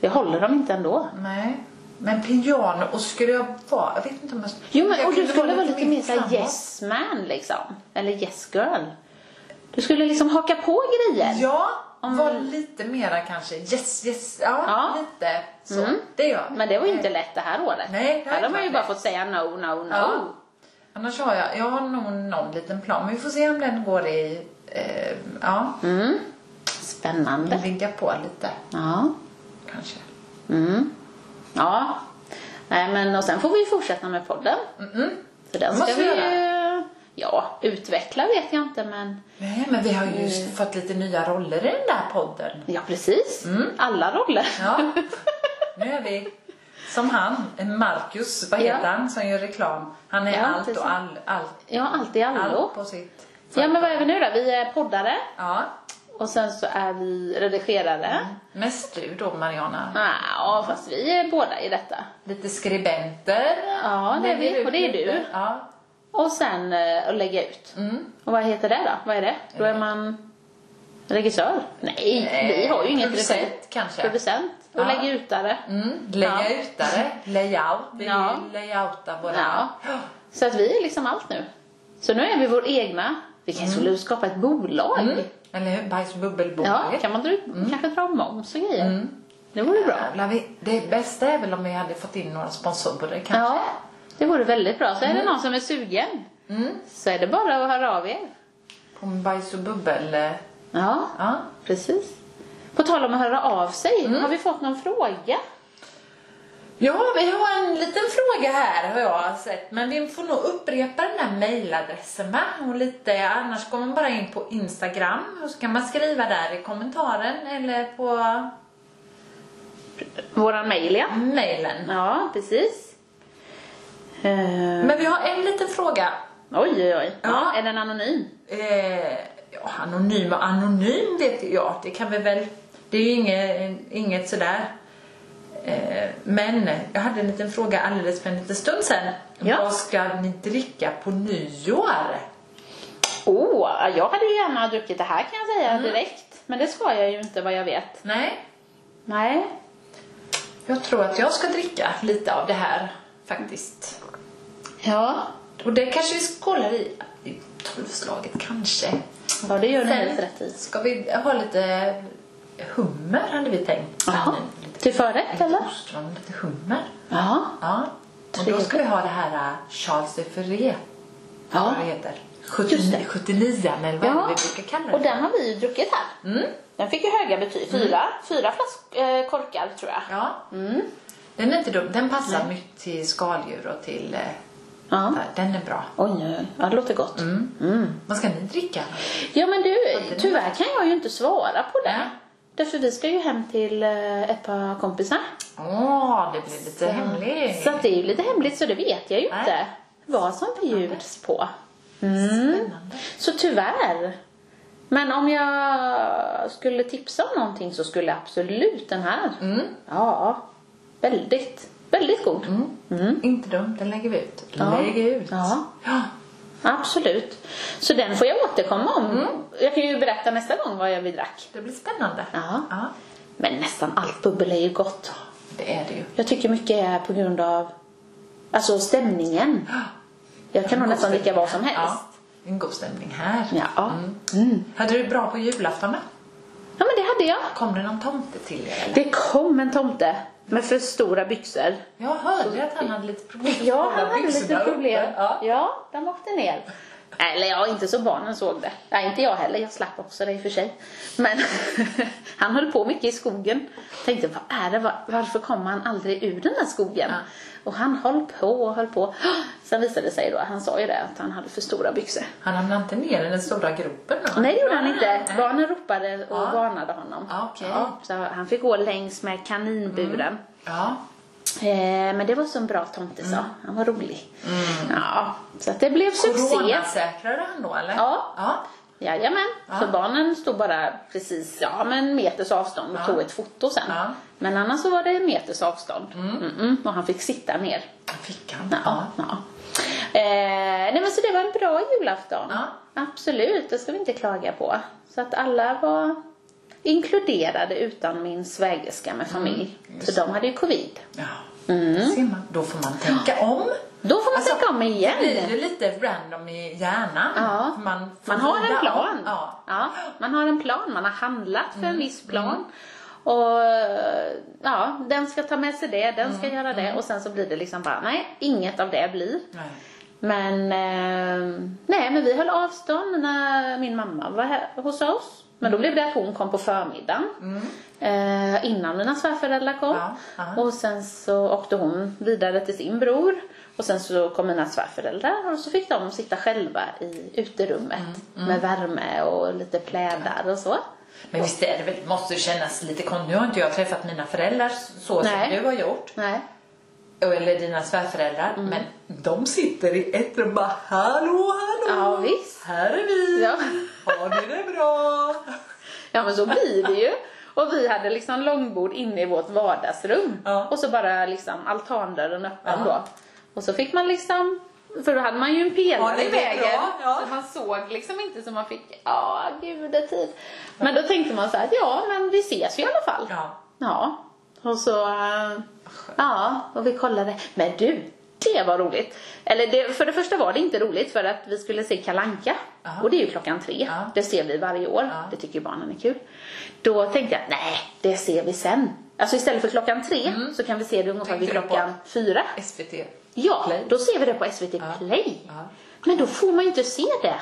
S2: Jag håller dem inte ändå.
S1: Nej. Men piano, och skulle jag vara, jag vet inte om jag
S2: Jo, men
S1: jag
S2: och du
S1: kunde
S2: skulle vara lite mer såhär
S1: framåt.
S2: yes man liksom. Eller yes girl. Du skulle liksom haka på grejer.
S1: Ja,
S2: Om-
S1: var lite mera kanske, yes, yes, ja,
S2: Ja.
S1: lite så.
S2: Mm.
S1: Det gör jag.
S2: Men det var ju inte lätt det här året.
S1: Nej, det
S2: Här
S1: är
S2: har man ju
S1: klart
S2: bara
S1: det.
S2: fått säga no, no, no.
S1: Ja. Annars har jag, jag har nog någon liten plan. Men vi får se om den går i, eh, ja,
S2: Mm. Spännande.
S1: ligga på lite
S2: Ja.
S1: kanske.
S2: Mm. Ja. Nej, men och sen får vi fortsätta med podden.
S1: Mm-mm.
S2: Så den
S1: Det
S2: ska
S1: måste
S2: vi
S1: vi
S2: ju ja, utveckla vet jag inte men
S1: Nej, men vi har ju
S2: Mm.
S1: fått lite nya roller i den där podden.
S2: ja precis. Alla roller.
S1: Ja. nu är vi Som han, Marcus, vad heter
S2: Ja.
S1: han som gör reklam? Han är
S2: Ja,
S1: allt
S2: precis.
S1: och all, allt,
S2: Ja, allt i allo.
S1: allt på sitt.
S2: Ja, men vad är vi nu då? Vi är poddare
S1: Ja.
S2: och sen så är vi redigerare.
S1: Mm. Mest du då Mariana.
S2: Ja, ja, fast vi är båda i detta.
S1: Lite skribenter.
S2: Ja, det är
S1: Lägger
S2: vi,
S1: ut
S2: och det är
S1: lite. Mm.
S2: du.
S1: Ja.
S2: Och sen eh, att lägga ut. Och vad heter det då? Vad är det? Då är man regissör? Nej,
S1: Eh,
S2: vi har ju inget
S1: producent,
S2: recept.
S1: kanske.
S2: Producent och
S1: Ja.
S2: lägga utare.
S1: Mm. Lägga
S2: Ja.
S1: utare, layout. Vi
S2: Ja.
S1: vill layouta våra...
S2: Ja. Så att vi är liksom allt nu. Så nu är vi vår egna. Vi kanske skulle skapa ett bolag.
S1: Mm. Eller hur? Bajs och
S2: Ja,
S1: bubbelbåge.
S2: kan man dra, kanske dra moms och grejer.
S1: Mm.
S2: Det vore bra.
S1: Jävlar, vi- Det bästa är väl om vi hade fått in några sponsorer kanske. Mm.
S2: Ja, det vore väldigt bra. Så är det någon som är sugen så är det bara att höra av er.
S1: På en bajs och bubbel... eh,
S2: Ja,
S1: Ja.
S2: precis. På tal om att höra av sig,
S1: Mm.
S2: har vi fått någon fråga?
S1: Ja, vi har en liten fråga här har jag sett. Men vi får nog upprepa den där mejladressen va? Och lite, annars går man bara in på Instagram och så kan man skriva där i kommentaren eller på
S2: Våran mail, ja.
S1: mejlen.
S2: Ja, precis. Eh,
S1: Men vi har en liten fråga.
S2: oj, oj, oj.
S1: Ja.
S2: Ja. Är den anonym?
S1: Eh, ja, anonym och anonym vet jag. Det kan vi väl... Det är ju inget, inget sådär. Eh, men jag hade en liten fråga alldeles för en liten stund sen.
S2: Ja.
S1: Vad ska ni dricka på nyår?
S2: Åh, jag hade ju gärna druckit det här kan jag säga direkt. Men det ska jag ju inte vad jag vet.
S1: Nej,
S2: Nej.
S1: Jag tror att jag ska dricka lite av det här faktiskt.
S2: Ja.
S1: Och det kanske vi skålar i i tolvslaget kanske.
S2: Ja, det gör du helt rätt i.
S1: ska vi ha lite hummer hade vi tänkt.
S2: Jaha. Till förrätt
S1: Lite
S2: eller?
S1: ostron, lite hummer.
S2: Ja.
S1: Ja. Och då ska vi ha det här äh, Charles de Ferré.
S2: Ja.
S1: Vad det heter.
S2: Just
S1: 79,
S2: det.
S1: 79 eller vad är det
S2: Ja.
S1: vi brukar kalla det.
S2: Och den har vi ju druckit här. Den fick ju höga betyg. Fyra, fyra flask, eh, korkar tror jag.
S1: Ja.
S2: Mm.
S1: Den är inte dum. Den passar mycket till skaldjur och till... eh,
S2: Ja.
S1: Den är bra.
S2: Oj, oj, oj. Ja, det låter gott.
S1: Vad ska ni dricka?
S2: Mm. Ja, men du, tyvärr kan jag ju inte svara på det.
S1: Nej.
S2: Därför vi ska ju hem till eh, ett par kompisar.
S1: Åh, det blir lite hemligt.
S2: Så att det är ju lite hemligt så det vet jag ju
S1: Nej.
S2: inte vad som bjuds på.
S1: Spännande.
S2: Så tyvärr. Men om jag skulle tipsa om någonting så skulle jag absolut den här. Ja, väldigt, väldigt god.
S1: Mm. Inte dumt, den lägger vi ut.
S2: Ja.
S1: Lägger ut.
S2: Ja.
S1: Ja.
S2: Absolut. Så den får jag återkomma om.
S1: Mm.
S2: Jag kan ju berätta nästa gång vad jag vi drack.
S1: Det blir spännande.
S2: Ja.
S1: ja.
S2: Men nästan allt bubbel är ju gott.
S1: Det är det ju.
S2: Jag tycker mycket är på grund av alltså stämningen. Jag kan nog nästan dricka vad som helst.
S1: Ja. En god stämning här.
S2: Ja.
S1: Mm. Hade du det bra på julafton då?
S2: Ja, men det hade jag.
S1: Kom det någon tomte till er? eller?
S2: Det kom en tomte med för stora byxor.
S1: Jag hörde att han hade lite problem. med
S2: Ja,
S1: att
S2: han
S1: hålla
S2: hade
S1: byxorna
S2: lite
S1: uppe.
S2: problem.
S1: Ja.
S2: ja, de åkte ner. Eller ja, inte så barnen såg det. Nej, inte jag heller. Jag slapp också det i och för sig. Men han höll på mycket i skogen. Tänkte, vad är det? Var- Varför kommer han aldrig ur den där skogen?
S1: Ja.
S2: Och han höll på och höll på. Sen visade det sig då, han sa ju det, att han hade för stora byxor.
S1: Han hamnade inte ner i den stora gropen då?
S2: Nej, det gjorde han inte.
S1: Nej.
S2: Barnen ropade och
S1: Ja.
S2: varnade honom.
S1: Ja, Ah. okej.
S2: så han fick gå längs med kaninburen.
S1: Ja.
S2: Eh, men det var så en bra tomte sa.
S1: Mm.
S2: Han var rolig. Ja, så att det blev succé.
S1: Coronasäkrade han då eller?
S2: Ja.
S1: ja.
S2: Jajamän.
S1: Ja.
S2: Så barnen stod bara precis ja, men meters avstånd och
S1: Ja.
S2: tog ett foto sen.
S1: Ja. Mm.
S2: Men annars så var det meters avstånd. Mm-mm. Och han fick sitta ner.
S1: Fick han?
S2: Ja. ja. Eh, nej men så det var en bra julafton.
S1: Ja.
S2: Absolut, det ska vi inte klaga på. Så att alla var inkluderade utan min svägerska med familj.
S1: Mm,
S2: så de hade ju covid.
S1: Ja. Ser man. Då får man tänka om.
S2: Mm. Då får man
S1: Alltså,
S2: tänka om igen.
S1: Det blir ju lite random i hjärnan.
S2: Ja.
S1: Man, får
S2: Man har
S1: vrida
S2: en
S1: om.
S2: plan.
S1: Ja. Mm.
S2: man har en plan. Man har handlat för en viss plan. Och ja, den ska ta med sig det, den ska
S1: Mm.
S2: göra det och sen så blir det liksom bara nej, inget av det blir.
S1: Nej.
S2: Men eh, nej, men vi höll avstånd när min mamma var här, hos oss. Men då blev det att hon kom på förmiddagen. Eh, innan mina svärföräldrar kom.
S1: Ja, ja.
S2: Och sen så åkte hon vidare till sin bror. Och sen så kom mina svärföräldrar och så fick de sitta själva i uterummet. Med värme och lite plädar och så.
S1: Men visst är det väl, måste det kännas lite konstigt. Nu har inte jag träffat mina föräldrar så
S2: Nej.
S1: som du har gjort.
S2: Nej.
S1: eller dina svärföräldrar,
S2: Mm.
S1: men de sitter i ett rum och bara hallå, hallå!
S2: Ja, visst.
S1: Här är vi!
S2: Ja.
S1: Har ni det bra?
S2: Ja men så blir det ju. Och vi hade liksom långbord inne i vårt vardagsrum.
S1: Ja.
S2: Och så bara liksom altandörren öppen
S1: Ja.
S2: då. Och så fick man liksom, för då hade man ju en pelare
S1: Ja, det
S2: i
S1: är bra,
S2: vägen.
S1: ja.
S2: Så man såg liksom inte så man fick, ja gudetid. Men då tänkte man så här, ja men vi ses ju i alla fall.
S1: Ja.
S2: Ja. Och så, eh, ja, och vi kollade. Men du, det var roligt. Eller det, för det första var det inte roligt för att vi skulle se Kalanka.
S1: Aha.
S2: Och det är ju klockan tre.
S1: Ja.
S2: Det ser vi varje år.
S1: Ja.
S2: Det tycker ju barnen är kul. Då tänkte jag, nej, det ser vi sen. Alltså istället för klockan tre så kan vi se det ungefär vid
S1: Mm. Tänkte du på-
S2: klockan fyra.
S1: SVT.
S2: Ja,
S1: Play.
S2: då ser vi det på SVT Play.
S1: Ja.
S2: Men då får man ju inte se det.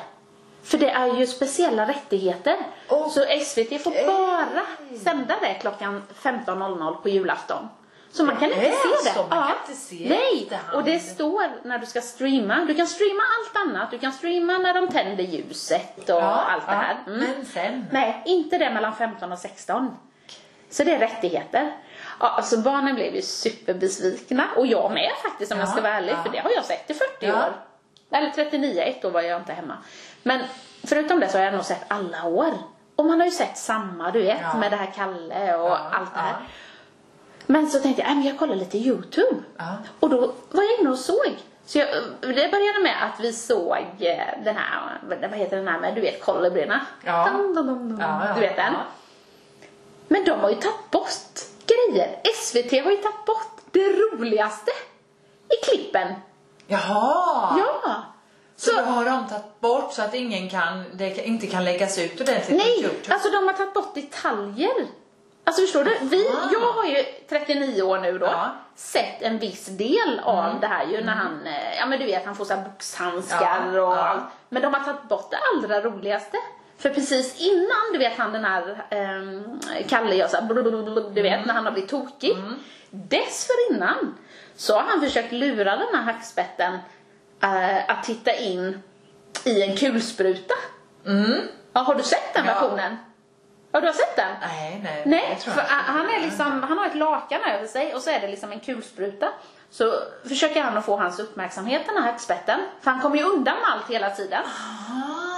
S2: För det är ju speciella rättigheter.
S1: Åh.
S2: Så SVT får bara sända det klockan 15.00 på julafton. Så man kan inte
S1: är
S2: se det.
S1: så, man kan inte se
S2: Nej,
S1: efterhand.
S2: och det står när du ska streama. Du kan streama allt annat. Du kan streama när de tänder ljuset och allt det
S1: ja.
S2: här. Mm.
S1: Men sen.
S2: Nej, inte det mellan 15 och 16. Så det är rättigheter. Ja, alltså barnen blev ju superbesvikna och jag med faktiskt om jag
S1: Ja,
S2: ska vara ärlig
S1: ja.
S2: för det har jag sett i 40
S1: Ja.
S2: år. Eller 39, ett år var jag inte hemma. Men förutom det så har jag nog sett alla år. Och man har ju sett samma du vet
S1: Ja.
S2: med det här Kalle och
S1: Ja,
S2: allt det här.
S1: ja.
S2: Men så tänkte jag, "Äh, men jag kollar lite Youtube.
S1: Ja.
S2: Och då var jag inne och såg. Så jag, det började med att vi såg eh, den här, vad heter den här med, du vet kolibrierna.
S1: Ja.
S2: Dum, dum, dum, dum.
S1: Ja, ja,
S2: du vet den.
S1: ja.
S2: Men de har ju tagit bort grejer. SVT har ju tagit bort det roligaste i klippen.
S1: Jaha!
S2: Ja.
S1: Så,
S2: Så-
S1: då har de tagit bort så att ingen kan, det kan- inte kan läggas ut ordentligt på
S2: Nej,
S1: Youtube?
S2: alltså de har tagit bort detaljer. Alltså förstår du? Vi,
S1: Ah.
S2: jag har ju 39 år nu då
S1: Ja. Mm.
S2: sett en viss del av det här ju när han, eh, ja men du vet han får så här boxhandskar
S1: Ja,
S2: och
S1: ja.
S2: allt. Men de har tagit bort det allra roligaste. För precis innan, du vet han den här ehm, Kalle gör så här, blablabla, du
S1: Mm.
S2: vet när han har blivit tokig. Dessförinnan så har han försökt lura den här hackspetten eh, att titta in i en kulspruta. Ja, har du sett den
S1: Ja.
S2: versionen? Ja, du har sett den?
S1: Nej, nej.
S2: Nej,
S1: det tror
S2: för
S1: jag inte.
S2: han, är liksom, han har ett lakan över sig och så är det liksom en kulspruta. Så försöker han att få hans uppmärksamhet den här hackspetten. För han kommer ju undan med allt hela tiden.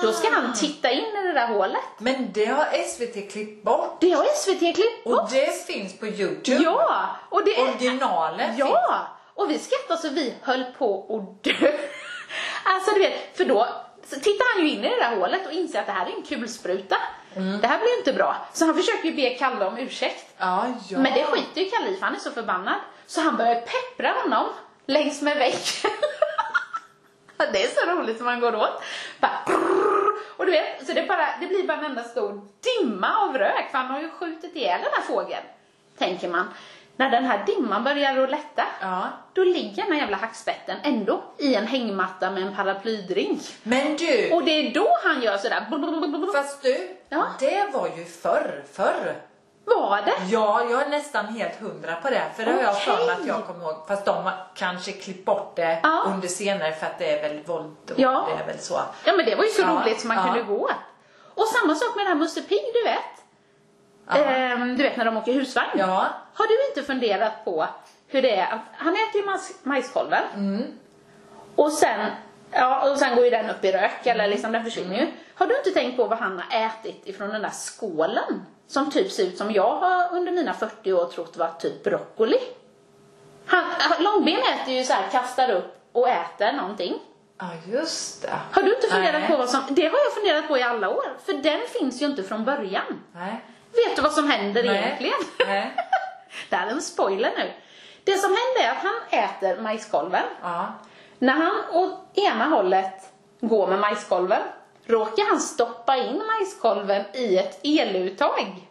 S2: Då ska han
S1: Ah.
S2: titta in i det där hålet.
S1: Men det har SVT klippt bort.
S2: Det har SVT klippt
S1: Och
S2: bort.
S1: det finns på Youtube.
S2: Ja! Och det är
S1: Originalet finns.
S2: Ja! Och vi skrattade så vi höll på att dö. Alltså du vet, för då så tittar han ju in i det där hålet och inser att det här är en kulspruta. Det här blir inte bra. Så han försöker ju be Kalle om ursäkt.
S1: Ja, ja.
S2: Men det skiter ju Kalle i för han är så förbannad. Så han börjar peppra honom längs med väggen. Ja, det är så roligt som man går åt. Bara, prrrr. och du vet, så det, är bara, det blir bara en enda stor dimma av rök för han har ju skjutit ihjäl den här fågeln. Tänker man. När den här dimman börjar att lätta
S1: Ja.
S2: då ligger den här jävla hackspetten ändå i en hängmatta med en paraplydrink.
S1: Men du,
S2: Och det är då han gör sådär. Blablabla.
S1: fast du.
S2: Ja.
S1: Det var ju förr, förr.
S2: Var det?
S1: Ja, jag är nästan helt hundra på det. För det har jag
S2: Okej.
S1: för mig att jag kommer ihåg. Fast de har kanske klippt bort det
S2: Ja.
S1: under senare för att det är väl våld och
S2: Ja.
S1: det är väl så.
S2: Ja men det var ju så
S1: Ja,
S2: roligt som man
S1: ja.
S2: kunde gå. Och samma sak med den här Musse Pigg du vet. Ehm, du vet när de åker husvagn.
S1: Ja.
S2: Har du inte funderat på hur det är att han äter ju majs, majskolven.
S1: Mm.
S2: Och sen Ja, och sen går ju den upp i rök,
S1: Mm.
S2: eller liksom den försvinner ju. Har du inte tänkt på vad han har ätit ifrån den där skålen? Som typ ser ut som jag har under mina 40 år trott var typ broccoli. Han, långben äter ju så här, kastar upp och äter någonting.
S1: Ja, just det.
S2: Har du inte funderat
S1: Nej.
S2: på vad som... Det har jag funderat på i alla år. För den finns ju inte från början.
S1: Nej.
S2: Vet du vad som händer
S1: Nej.
S2: egentligen?
S1: Nej.
S2: det här är en spoiler nu. Det som händer är att han äter majskolven.
S1: Ja.
S2: När han åt ena hållet går med majskolven råkar han stoppa in majskolven i ett eluttag.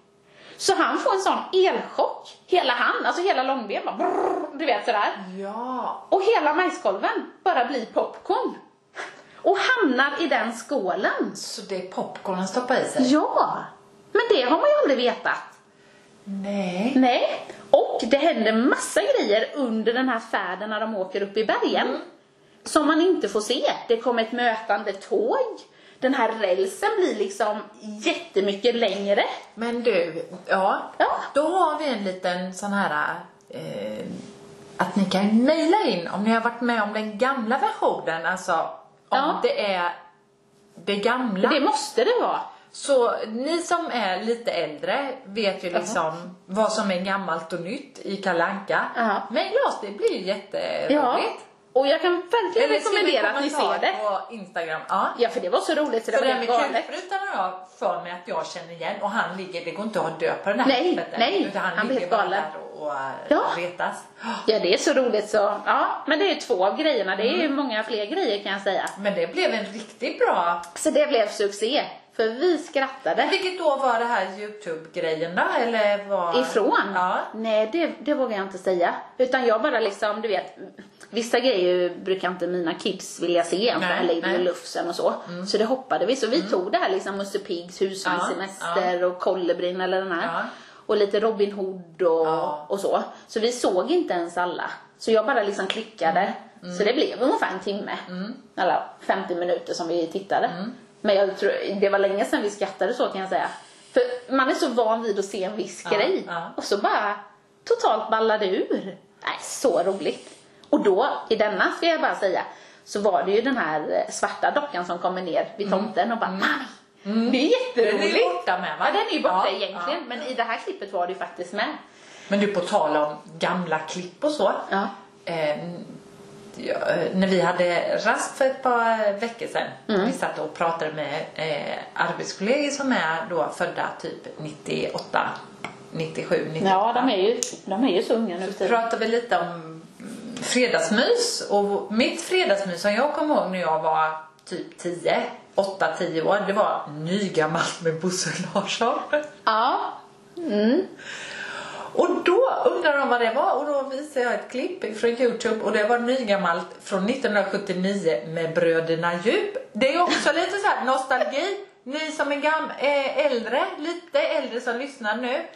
S2: Så han får en sån elchock. Hela han, alltså hela långben bara brrr, du vet sådär.
S1: Ja.
S2: Och hela majskolven bara blir popcorn. Och hamnar i den skålen.
S1: Så det är popcorn han stoppar i sig?
S2: Ja, men det har man ju aldrig vetat.
S1: Nej.
S2: Nej, och det händer massa grejer under den här färden när de åker upp i bergen. Som man inte får se. Det kommer ett mötande tåg. Den här rälsen blir liksom jättemycket längre.
S1: Men du, ja.
S2: Ja.
S1: Då har vi en liten sån här eh, att ni kan mejla in om ni har varit med om den gamla versionen, alltså om
S2: Ja.
S1: det är det gamla.
S2: Det måste det vara.
S1: Så ni som är lite äldre vet ju liksom vad som är gammalt och nytt i Kalanka.
S2: Ja.
S1: Mejla oss, det blir jätteroligt.
S2: Ja. Och jag kan verkligen
S1: skriv en
S2: rekommendera att ni
S1: kommentar
S2: ser det.
S1: på Instagram. Ja.
S2: Ja, för det var så roligt så det
S1: För
S2: var
S1: den med
S2: helt galet.
S1: kulsprutan har jag för mig att jag känner igen och han ligger, det går inte att ha död på den här
S2: Nej,
S1: helveten,
S2: nej,
S1: utan han,
S2: han blir
S1: ligger
S2: helt
S1: bara
S2: galen.
S1: där och, och
S2: Ja.
S1: ja. retas.
S2: Ja, det är så roligt så. Ja, men det är två av grejerna. Det är ju många fler grejer kan jag säga.
S1: Men det blev en riktigt bra...
S2: Så det blev succé. För vi skrattade.
S1: Vilket då var det här Youtube-grejen då? Eller var...
S2: Ifrån?
S1: Ja.
S2: Nej, det, det vågar jag inte säga. Utan jag bara liksom, du vet, vissa grejer brukar inte mina kids vilja se. Inte
S1: Nej,
S2: heller
S1: nej. Mm.
S2: i Lufsen och så. Så det hoppade vi. Så vi tog det här liksom Musse Piggs husvagnssemester och Kolibrin eller den här.
S1: Ja.
S2: Och lite Robin Hood och,
S1: Ja.
S2: och så. Så vi såg inte ens alla. Så jag bara liksom klickade.
S1: Mm.
S2: Så det blev ungefär en timme. Eller 50 minuter som vi tittade.
S1: Mm.
S2: Men jag tror, det var länge sedan vi skrattade så kan jag säga. För man är så van vid att se en viss
S1: Ja,
S2: grej.
S1: ja.
S2: Och så bara totalt ballade ur. Nej, så roligt. Och då, i denna ska jag bara säga, så var det ju den här eh, svarta dockan som kommer ner vid tomten och bara Mami! Det är
S1: Mm. Den är ju
S2: jätteroligt!
S1: borta med va?
S2: Ja, den är ju borta
S1: Ja,
S2: egentligen, men i det här klippet var det ju faktiskt med.
S1: ja. Men du, på tal om gamla klipp och så.
S2: Ja.
S1: Eh, ja, eh, när vi hade rast för ett par veckor sedan.
S2: Mm.
S1: Vi satt och pratade med eh, arbetskollegor som är då födda typ 98, 97, 98.
S2: Ja, de är ju, de är ju så unga nu för tiden.
S1: pratade vi lite om mm, fredagsmys och mitt fredagsmys som jag kommer ihåg när jag var typ 10, 8-10 år, det var nygammalt med Bosse Larsson.
S2: Ja. Mm.
S1: Och då undrade de vad det var och då visade jag ett klipp från Youtube och det var nygammalt från 1979 med Bröderna Djup. Det är ju också lite så här nostalgi. Ni som är gam- eh, äldre, lite äldre som lyssnar nu.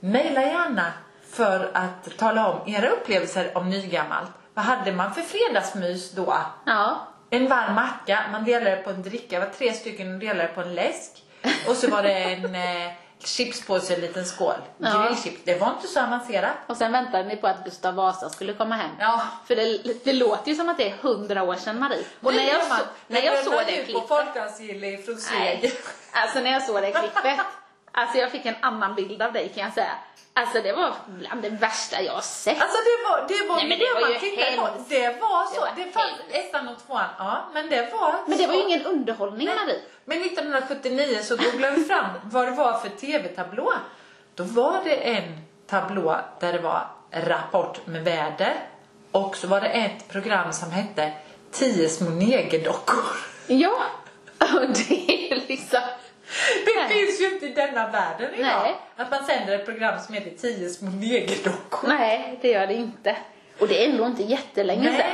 S1: Mejla gärna för att tala om era upplevelser om nygammalt. Vad hade man för fredagsmys då?
S2: Ja.
S1: En varm macka, man delade på en dricka, det var tre stycken och delade på en läsk. Och så var det en eh, chipspåse, en liten skål.
S2: Ja.
S1: Grillchips, det var inte så avancerat.
S2: Och sen väntade ni på att Gustav Vasa skulle komma hem.
S1: Ja.
S2: För det, det låter ju som att det är hundra år sedan Marie. Och när jag, så, när jag såg det
S1: på
S2: klippet.
S1: folkdansgille från Sveg.
S2: Nej. Alltså när jag såg det klippet. Alltså jag fick en annan bild av dig kan jag säga. Alltså det var bland det värsta jag har sett.
S1: Alltså det var, det var
S2: Nej, men det var ju
S1: man tittade på.
S2: hemskt.
S1: Det var så.
S2: Det var
S1: Det, fanns ettan och tvåan. Ja, men det var
S2: Men det var
S1: så.
S2: ju ingen underhållning Marie.
S1: Men 1979 så googlade vi fram vad det var för tv-tablå. Då var det en tablå där det var Rapport med väder och så var det ett program som hette Tio små negerdockor.
S2: Ja. Och det är liksom.
S1: Det
S2: Nej.
S1: finns ju inte i denna världen idag.
S2: Nej.
S1: Att man sänder ett program som heter Tio små negerdockor.
S2: Nej, det gör det inte. Och det är ändå inte jättelänge
S1: Nej.
S2: sedan.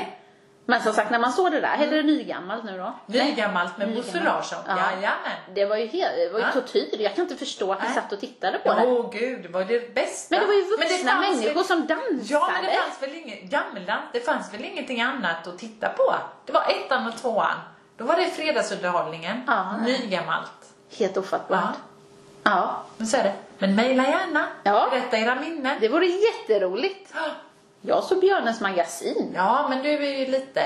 S2: Men som sagt när man såg det där, heter det nygammalt nu då?
S1: Nygammalt med Bosse Larsson.
S2: Ja.
S1: Jajamän.
S2: Det var ju, helt, det var ju
S1: Ja.
S2: tortyr. Jag kan inte förstå att vi
S1: Nej.
S2: satt och tittade på
S1: Åh
S2: det.
S1: gud, det var det bästa.
S2: Men det var ju
S1: Men det
S2: vuxna
S1: fanns
S2: människor
S1: väl-
S2: som dansade.
S1: Ja, men det fanns väl inget gammaldans. Det fanns väl ingenting annat att titta på. Det var ettan och tvåan. Då var det fredagsunderhållningen.
S2: Ja.
S1: Nygammalt.
S2: Helt ofattbart. Ja.
S1: Men så är det. Men mejla gärna.
S2: Ja.
S1: Berätta era minnen.
S2: Det vore jätteroligt. Jag såg Björnens magasin
S1: Ja, men du är ju lite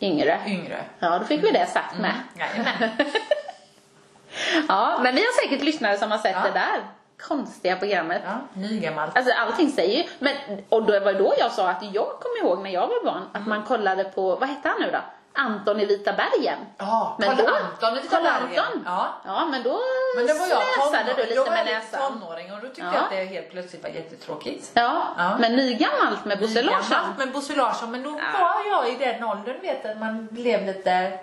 S2: yngre.
S1: yngre. Mm.
S2: Ja, då fick vi det sagt med.
S1: Jajamän.
S2: Ja, men vi har säkert lyssnare som har sett
S1: Ja.
S2: det där konstiga programmet.
S1: Ja, nygammalt.
S2: Alltså allting säger ju, men, och då var det då jag sa att jag kommer ihåg när jag var barn att man
S1: Mm.
S2: kollade på, vad hette han nu då? Anton i Vita bergen.
S1: Ja,
S2: Men
S1: Karl
S2: då-
S1: Anton i Vita
S2: Karl
S1: bergen.
S2: Anton.
S1: Ja.
S2: Ja, men då
S1: Men det var jag
S2: slösade du
S1: tonåring.
S2: lite
S1: Jag var
S2: med
S1: lite
S2: näsan.
S1: tonåring och då tyckte
S2: Ja.
S1: jag att det helt plötsligt var jättetråkigt.
S2: Ja,
S1: Ja.
S2: men nygammalt med Bosse Larsson.
S1: Men Bosse Larsson, men då
S2: Ja.
S1: var jag i den åldern vet att man blev lite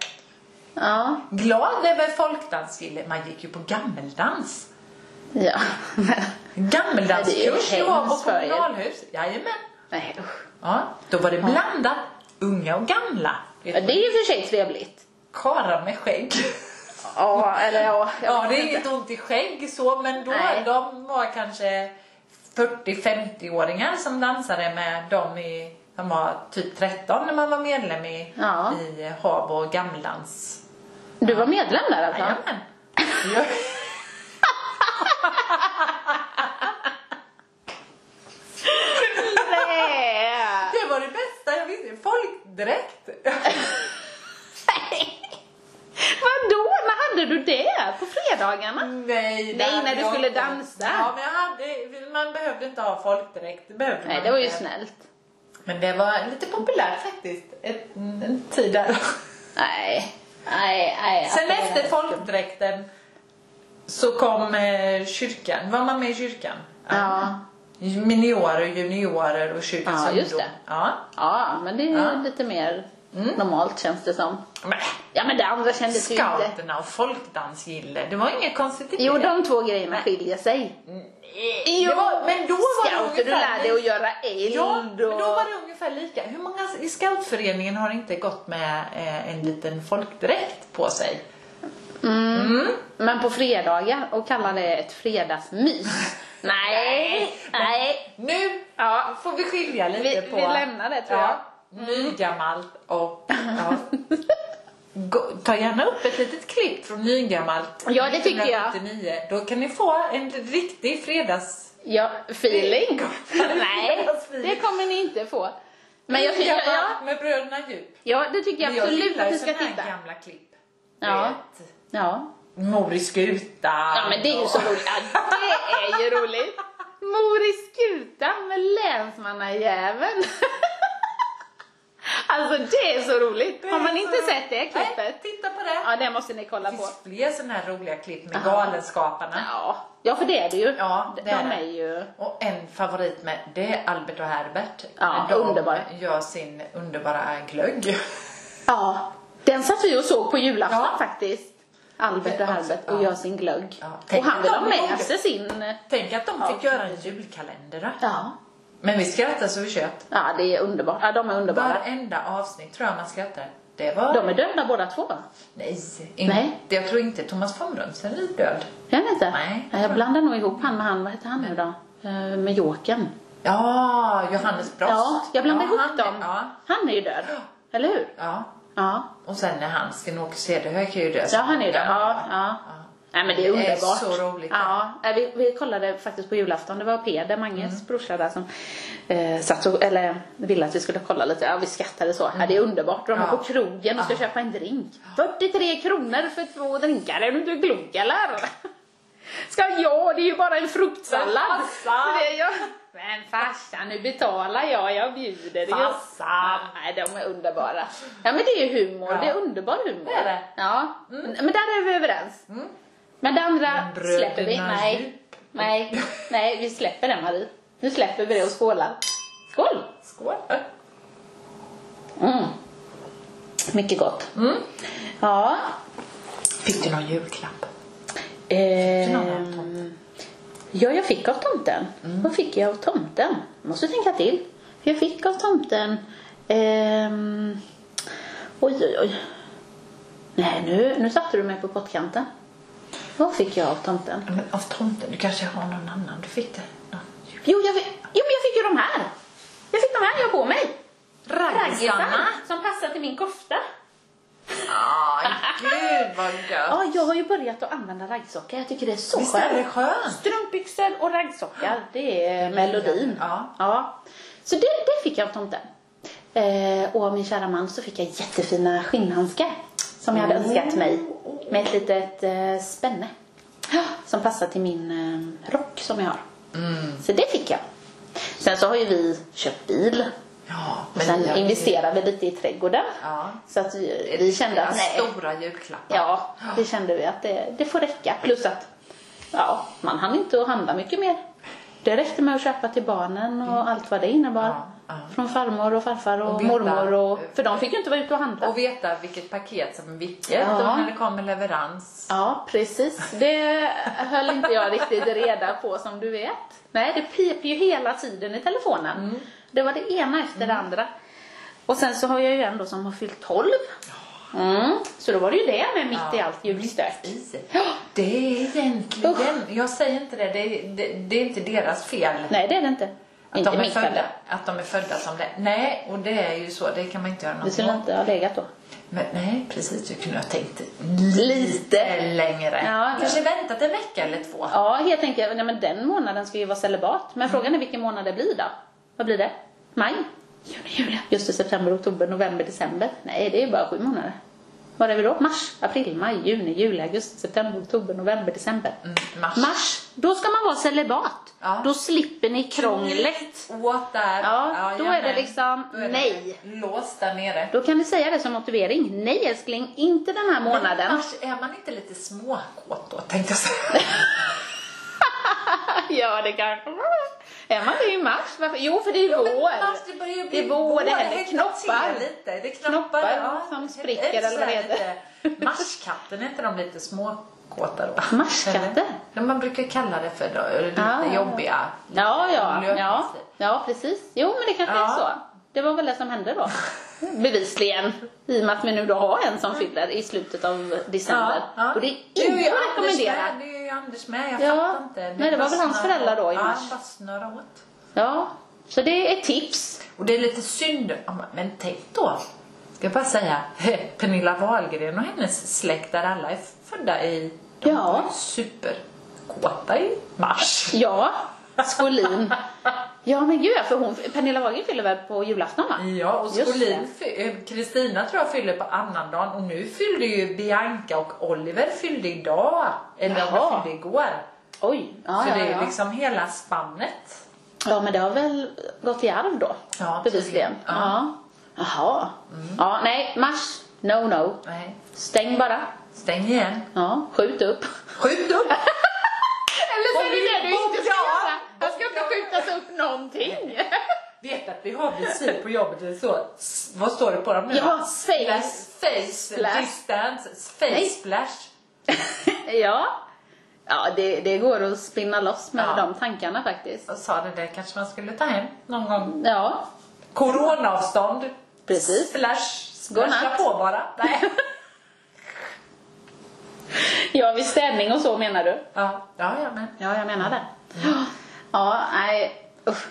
S2: Ja,
S1: glad över folkdansgille. Man gick ju på gammeldans.
S2: ja. Det är ju
S1: Gammeldanskurs var på
S2: hemskt för er.
S1: kommunalhus. Jajamän.
S2: Nej, usch.
S1: Ja, då var det blandat. Unga och gamla.
S2: Ja, det är ju för sig trevligt.
S1: Karlar med skägg.
S2: Ja, eller ja.
S1: Ja, det är inget ont i skägg så, men då
S2: Nej.
S1: de var kanske 40-50-åringar som dansade med dem i, som var typ 13 när man var medlem i,
S2: Ja.
S1: i Habo gammeldans.
S2: Du var medlem där alltså?
S1: Jajamän. Ja.
S2: Nej!
S1: Det var det
S2: fredagarna.
S1: Nej,
S2: Nej,
S1: hade
S2: när du
S1: jag
S2: skulle
S1: inte.
S2: dansa.
S1: Ja, men jag hade, man behövde inte ha folkdräkt. Det behövde
S2: Nej,
S1: man
S2: det var ju
S1: inte.
S2: snällt.
S1: Men det var lite populärt faktiskt. Ett, en tid där.
S2: Nej, nej, nej.
S1: Sen
S2: alltså,
S1: efter
S2: det-
S1: folkdräkten så kom eh, kyrkan. Var man med i kyrkan?
S2: Ja.
S1: Miniorer, juniorer och kyrkans
S2: Ja, just
S1: ungdom.
S2: det.
S1: Ja.
S2: Ja, men det är ju
S1: Ja. Mm.
S2: lite mer normalt känns det som.
S1: Men,
S2: Ja, men det andra kändes ju inte.
S1: scouterna och folkdansgille. Det var inget konstigt i
S2: Jo,
S1: det.
S2: de två grejerna skiljer sig.
S1: Nej, det var, men då var det
S2: Scouter, du
S1: ungefär
S2: lär dig att göra eld
S1: Ja, men då
S2: och...
S1: var det ungefär lika. Hur många i scoutföreningen har inte gått med eh, en liten folkdräkt på sig?
S2: Mm. Men på fredagar och kalla det ett fredagsmys. nej, nej.
S1: Nu
S2: Ja,
S1: får vi skilja lite
S2: vi,
S1: på...
S2: vi lämnar det tror jag.
S1: ja, Mm. Nygammalt och... Ja. Gå- Ta gärna upp ett litet klipp från Nygammalt.
S2: Ja, det tycker jag.
S1: 1979. Då kan ni få en riktig fredags...
S2: Ja, feeling. nej,
S1: Fredagsfeeling.
S2: det kommer ni inte få. Men jag tycker,
S1: Nygammalt
S2: ja,
S1: Med bröderna Djup.
S2: ja, det tycker jag absolut
S1: gillar
S2: att
S1: ju
S2: ni ska
S1: såna här
S2: titta.
S1: gamla klipp.
S2: Ja.
S1: Vet,
S2: Ja.
S1: Mor i skutan.
S2: ja, men det är ju så
S1: och-
S2: roligt. Ja, det är ju roligt. Mor i skutan med länsmannajäveln. alltså det är så roligt. Har man inte sett det
S1: Nej,
S2: klippet?
S1: titta på det.
S2: Ja, det måste ni kolla
S1: Det
S2: på.
S1: finns fler sådana här roliga klipp med Galenskaparna.
S2: Ja, ja för det är det ju.
S1: Ja, det
S2: de
S1: är
S2: är,
S1: det.
S2: ju...
S1: Och en favorit med, det är Albert och Herbert.
S2: Ja,
S1: När de
S2: underbar.
S1: gör sin underbara glögg.
S2: Ja, den satt vi och såg på julafton
S1: Ja.
S2: faktiskt. Albert och
S1: Ja,
S2: Herbert
S1: ja.
S2: och gör sin glögg.
S1: Ja,
S2: och
S1: tänk
S2: han
S1: att
S2: vill
S1: de
S2: ha med
S1: gjorde.
S2: sig sin...
S1: Tänk att de
S2: Ja.
S1: fick göra en julkalender. då.
S2: Ja.
S1: Men vi skrattar så vi tjöt.
S2: ja, det är underbart. Ja, de är underbara.
S1: Varenda avsnitt tror jag man skrattar. Det var...
S2: De är döda båda två.
S1: Nej, inte-
S2: Nej.
S1: Jag tror inte Thomas von Brömsen är död.
S2: Är han inte?
S1: Nej.
S2: Ja, Jag blandar nog ihop han med han, vad heter han nu då? Eh, Med Jokern.
S1: Ja, Johannes Brost.
S2: Ja, jag blandar ihop
S1: han-
S2: dem.
S1: Ja,
S2: Han är ju död. Eller hur?
S1: ja.
S2: Ja.
S1: Och sen när han, Sten-Åke Cederhök är ju död.
S2: Ja, han är ju död. Ja, ja. Nej men det är
S1: Det är
S2: underbart.
S1: så roligt.
S2: Ja, nej, vi, vi kollade faktiskt på julafton. Det var Peder, Manges
S1: Mm.
S2: brorsa där som eh, satt och, eller ville att vi skulle kolla lite. Ja, vi skrattade så. Ja, det är underbart. De är
S1: Mm. Ja.
S2: på krogen och ska
S1: Ja.
S2: köpa en drink. 43 kronor för två drinkar. Är du inte klok eller? Ska jag? Det är ju bara en fruktsallad.
S1: Men farsan!
S2: Så det är jag. Men farsan, nu betalar jag. Jag bjuder ju.
S1: Farsan!
S2: Nej, de är underbara. Ja, men det är ju humor.
S1: Ja.
S2: Det är underbar humor.
S1: Det Mm. är det.
S2: Ja, men där är vi överens. Men det andra
S1: Men bröderna
S2: släpper vi. Nej.
S1: Djup.
S2: Nej. Nej, vi släpper det Marie. Nu släpper vi det och skålar. Skål!
S1: Skål!
S2: Mm. Mycket gott.
S1: Mm.
S2: Ja.
S1: Fick du någon julklapp?
S2: Ehm, ja, jag fick av tomten.
S1: Mm.
S2: Vad fick jag av tomten? Måste tänka till. Jag fick av tomten... Ehm, oj, oj, oj. Nej, nu, nu satte du mig på pottkanten. Vad fick jag av tomten?
S1: Men av tomten? Du kanske har någon annan? Du fick det? Någon jul-
S2: Jo, jag fick, jo, men jag fick ju de här. Jag fick de här jag har på mig. Raggisarna.
S1: Raggisarna?
S2: Som passar till min kofta.
S1: Aj, gud vad gött!
S2: Ja, jag har ju börjat att använda raggsockar. Jag tycker det är så
S1: Visst är det skönt?
S2: Strumpbyxor och raggsockar, det är melodin.
S1: Ja.
S2: Så det, det fick jag av tomten. Eh, och av min kära man så fick jag jättefina skinnhandskar som jag hade önskat mig. Med ett litet eh, spänne. Som passar till min eh, rock som jag har. Så det fick jag. Sen så har ju vi köpt bil.
S1: Ja,
S2: Och sen
S1: jag-
S2: investerar vi lite i trädgården.
S1: Ja.
S2: Så att vi, vi kände att
S1: Era
S2: nej.
S1: Stora julklappar.
S2: Ja, det kände vi att det, det får räcka. Plus att ja, man hann inte att handla mycket mer. Det räckte med att köpa till barnen och allt vad det innebar.
S1: Mm. Ja, ja.
S2: Från farmor och farfar och,
S1: Och veta-
S2: mormor. Och, för de fick ju inte vara ute och handla.
S1: Och veta vilket paket som är vilket
S2: Ja.
S1: och när det kommer leverans.
S2: Ja, precis. Det höll inte jag riktigt reda på som du vet. Nej, det piper ju hela tiden i telefonen. Det var det ena efter det andra. Och sen så har jag ju en då som har fyllt 12. Mm. Så då var det ju det med mitt i
S1: Ja,
S2: allt julstök.
S1: Is. Det är egentligen,
S2: Usch.
S1: jag säger inte det, det är, det, det är inte deras fel.
S2: Nej, det är det inte.
S1: Att
S2: inte
S1: de, är
S2: mitt
S1: födda,
S2: heller.
S1: att de är födda som det. Nej, och det är ju så. Det kan man inte göra
S2: Det
S1: någonting
S2: skulle
S1: åt.
S2: inte ha legat då.
S1: Men nej, precis. Du kunde ha tänkt
S2: Lite.
S1: lite längre.
S2: Ja.
S1: Kanske väntat en vecka eller två.
S2: Ja, helt enkelt. Nej, men den månaden ska ju vara celibat.
S1: Mm.
S2: Men frågan är vilken månad det blir då? Vad blir det? Maj? Juni, juli? Just det, september, oktober, november, december. Nej, det är ju bara sju månader. Var är vi då? Mars, april, maj, juni, juli, augusti, september, oktober, november, december.
S1: Mm, mars.
S2: Mars, då ska man vara celibat.
S1: Ja.
S2: Då slipper ni krånglet.
S1: Åt där.
S2: Ja, då
S1: jag
S2: är det
S1: med.
S2: liksom
S1: Då är det
S2: nej.
S1: Lås där nere.
S2: Då kan ni säga det som motivering. Nej älskling, inte den här
S1: Men
S2: månaden.
S1: Annars är man inte lite småkåt då, tänkte jag säga.
S2: ja, det kanske man är. Är man det i mars? Varför? Jo, för det är vår.
S1: Mars, det börjar ju
S2: Det
S1: bli
S2: är vår, det händer
S1: hänger
S2: knoppar.
S1: till Lite. Det är
S2: Knoppar
S1: knoppar, ja.
S2: som
S1: Det
S2: spricker
S1: är
S2: eller vad det
S1: så här
S2: heter.
S1: lite- Marskatten, är inte de lite småkåta då?
S2: Marskatter?
S1: Eller? Ja, man brukar kalla det för då, lite
S2: Ah.
S1: jobbiga.
S2: Ja, ja,
S1: löpigt.
S2: ja, ja, precis. Jo, men det kanske
S1: Ja.
S2: är så. Det var väl det som hände då. Bevisligen. I och med att vi nu då har en som fyller i slutet av december. Och det är
S1: ju
S2: inte
S1: Anders
S2: rekommenderat.
S1: med, Det är ju Anders med, jag
S2: Ja.
S1: fattar inte.
S2: Nej, det var väl
S1: bara
S2: hans föräldrar
S1: snurrar
S2: då i
S1: åt. Ja,
S2: mars.
S1: han bara snurrar åt.
S2: Ja, så det är tips.
S1: Och det är lite synd om, men tänk då. Ska jag bara säga, Pernilla Wahlgren och hennes släkt där alla är födda i, de
S2: Ja.
S1: var ju superkåta i mars.
S2: Ja, Skolin. Ja, men gud, för hon, Pernilla Wahlgren fyller väl på julafton va?
S1: Ja, och
S2: Just
S1: Skolin, fy- eh, Kristina tror jag fyller på annandagen och nu fyllde ju Bianca och Oliver fyllde idag, eller
S2: Jaha.
S1: de fyllde igår.
S2: Oj, ja,
S1: Så
S2: ja,
S1: det är
S2: ja.
S1: liksom hela spannet.
S2: ja, men det har väl gått i arv då.
S1: Ja, Mm.
S2: bevisligen.
S1: tydligen.
S2: Ja. Jaha. Ja, nej, mars. No, no.
S1: Nej,
S2: Stäng bara.
S1: stäng igen.
S2: Ja, skjut upp.
S1: Skjut upp!
S2: Eller så är det det du inte ska
S1: Bra.
S2: göra. Jag ska inte skjutas upp någonting.
S1: Vet att vi har visir på jobbet, det är så, s- vad står det på dem nu
S2: Ja,
S1: då?
S2: face-
S1: face
S2: splash.
S1: distance, face
S2: Nej.
S1: splash.
S2: ja. Ja, det, det går att spinna loss med
S1: Ja.
S2: de tankarna faktiskt.
S1: Jag sa det där kanske man skulle ta hem någon gång.
S2: Ja.
S1: Coronaavstånd.
S2: Precis.
S1: Splash, splasha
S2: Godnatt.
S1: på bara. Nej.
S2: Ja, vid städning och så menar du?
S1: ja, ja, ja, men.
S2: Ja, jag menar det. Ja, nej. Usch.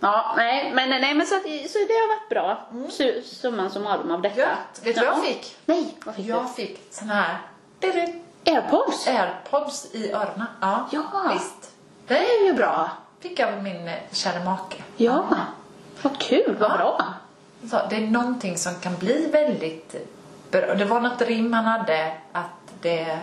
S2: Ja, nej, men, nej, men så, att, så det har varit bra. Su, summan summarum av detta.
S1: Gött. Vet du vad jag
S2: Ja.
S1: fick?
S2: Nej, vad fick Eh,
S1: Jag fick sån här du-du,
S2: du? Airpods?
S1: airpods i öronen. Ja,
S2: Ja.
S1: visst.
S2: Det är ju bra.
S1: Fick jag av min eh, kära make.
S2: Ja. Vad kul, vad
S1: Ja.
S2: bra.
S1: Så det är någonting som kan bli väldigt bra. Det var något rim han hade att det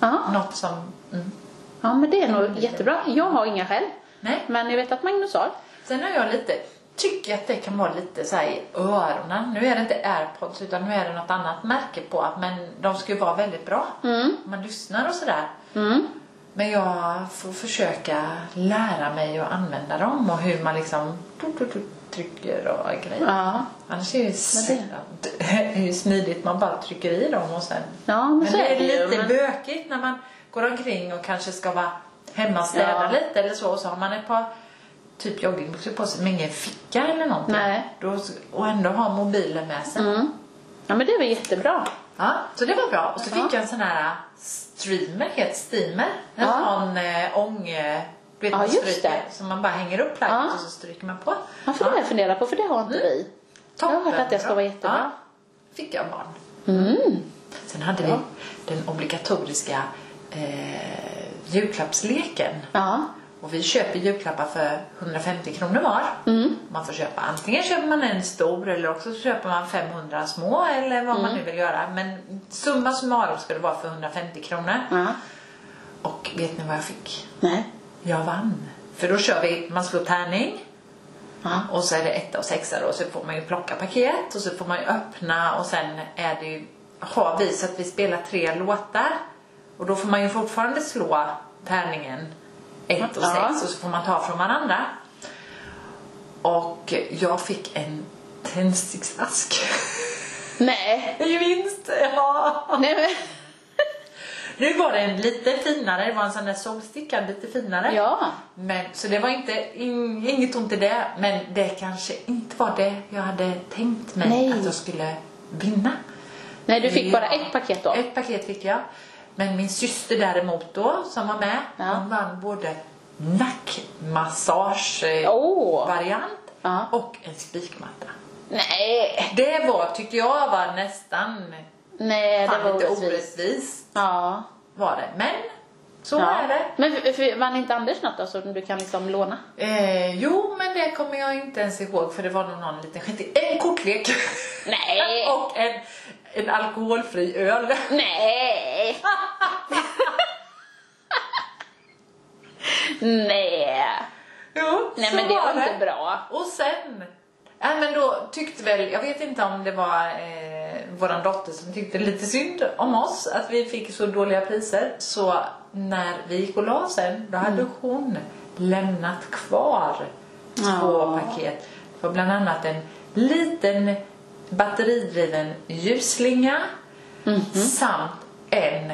S2: Ja.
S1: något som... Mm.
S2: ja, men det är nog jättebra. Jag har inga själv.
S1: Nej.
S2: Men jag vet att Magnus har.
S1: Sen har jag lite, tycker jag att det kan vara lite så här i öronen. Nu är det inte airpods utan nu är det något annat märke på att men de ska ju vara väldigt bra.
S2: Mm.
S1: Om Man lyssnar och sådär. Men jag får försöka lära mig att använda dem och hur man liksom tut, tut, tut, trycker och grejer.
S2: Ja.
S1: Annars är det, ju sällan- det är ju smidigt, man bara trycker i dem och sen...
S2: Ja, men så
S1: det
S2: är
S1: är
S2: det ju,
S1: lite
S2: men-
S1: bökigt när man går omkring och kanske ska vara hemma och städa
S2: Ja.
S1: lite eller så och så har man ett par typ joggingbyxor på sig men ingen ficka eller någonting.
S2: Nej.
S1: Då, och ändå ha mobilen med sig.
S2: Mm. Ja, men det var jättebra.
S1: Ja, så det var bra. Och så fick
S2: Ja.
S1: jag en sån här streamer, heter steamer. En
S2: Ja.
S1: sån eh, ång... eh, Du vet,
S2: Ja,
S1: man
S2: just
S1: stryker,
S2: det.
S1: som man bara hänger upp plagget
S2: Ja.
S1: och så stryker man på.
S2: Ja, för det har jag funderat på, för det har inte
S1: Mm.
S2: vi. Jag har hört att det ska vara
S1: Ja,
S2: jättebra.
S1: fick jag barn.
S2: Mm.
S1: Sen hade vi den obligatoriska eh, julklappsleken.
S2: Ja.
S1: Och vi köper julklappar för 150 kronor var.
S2: Mm.
S1: Man får köpa, antingen köper man en stor eller också så köper man 500 små eller vad
S2: Mm.
S1: man nu vill göra. Men summa summarum ska det vara för 150 kronor.
S2: ja.
S1: Och vet ni vad jag fick?
S2: Nej.
S1: Jag vann. För då kör vi, man slår tärning.
S2: Ja.
S1: Och så är det etta och sexa då, och så får man ju plocka paket och så får man ju öppna och sen är det ju, har vi så att vi spelar tre låtar och då får man ju fortfarande slå tärningen ett och
S2: Ja.
S1: sex och så får man ta från varandra. Och jag fick en tändsticksask.
S2: Nej.
S1: I vinst! Ja.
S2: Nej, men.
S1: Nu var den lite finare, det var en sån där solsticka, lite finare.
S2: Ja.
S1: Men, så det var inte, in, inget ont i det, men det kanske inte var det jag hade tänkt mig
S2: Nej.
S1: att jag skulle vinna.
S2: Nej, du fick
S1: Ja.
S2: bara ett paket då.
S1: Ett paket fick jag. Men min syster däremot då, som var med,
S2: Ja.
S1: hon vann både nackmassage-variant
S2: Åh. Ja.
S1: och en spikmatta.
S2: Nej.
S1: Det var, tyckte jag, var nästan
S2: Nej, det
S1: fan,
S2: var
S1: lite
S2: orättvist.
S1: orättvist.
S2: Ja.
S1: Var det. Men, så
S2: ja.
S1: är det.
S2: Men för, för, vann inte Anders något då, så du kan liksom låna?
S1: Eh, jo, men det kommer jag inte ens ihåg för det var nog någon liten skitig... En kortlek!
S2: Nej.
S1: och en, en alkoholfri öl.
S2: Nej! Nej!
S1: jo,
S2: Nej
S1: så
S2: men det var
S1: det.
S2: inte bra.
S1: Och sen, ja, men då tyckte väl, jag vet inte om det var eh, våran dotter som tyckte lite synd om oss att vi fick så dåliga priser. Så när vi gick och la sen, då hade hon lämnat kvar två
S2: Ja.
S1: paket. Det var bland annat en liten batteridriven ljusslinga samt en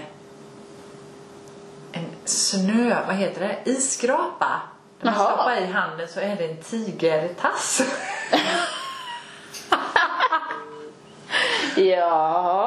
S1: en snö, vad heter det, isskrapa. När man
S2: Jaha.
S1: stoppar i handen så är det en tigertass.
S2: Ja.
S1: ja.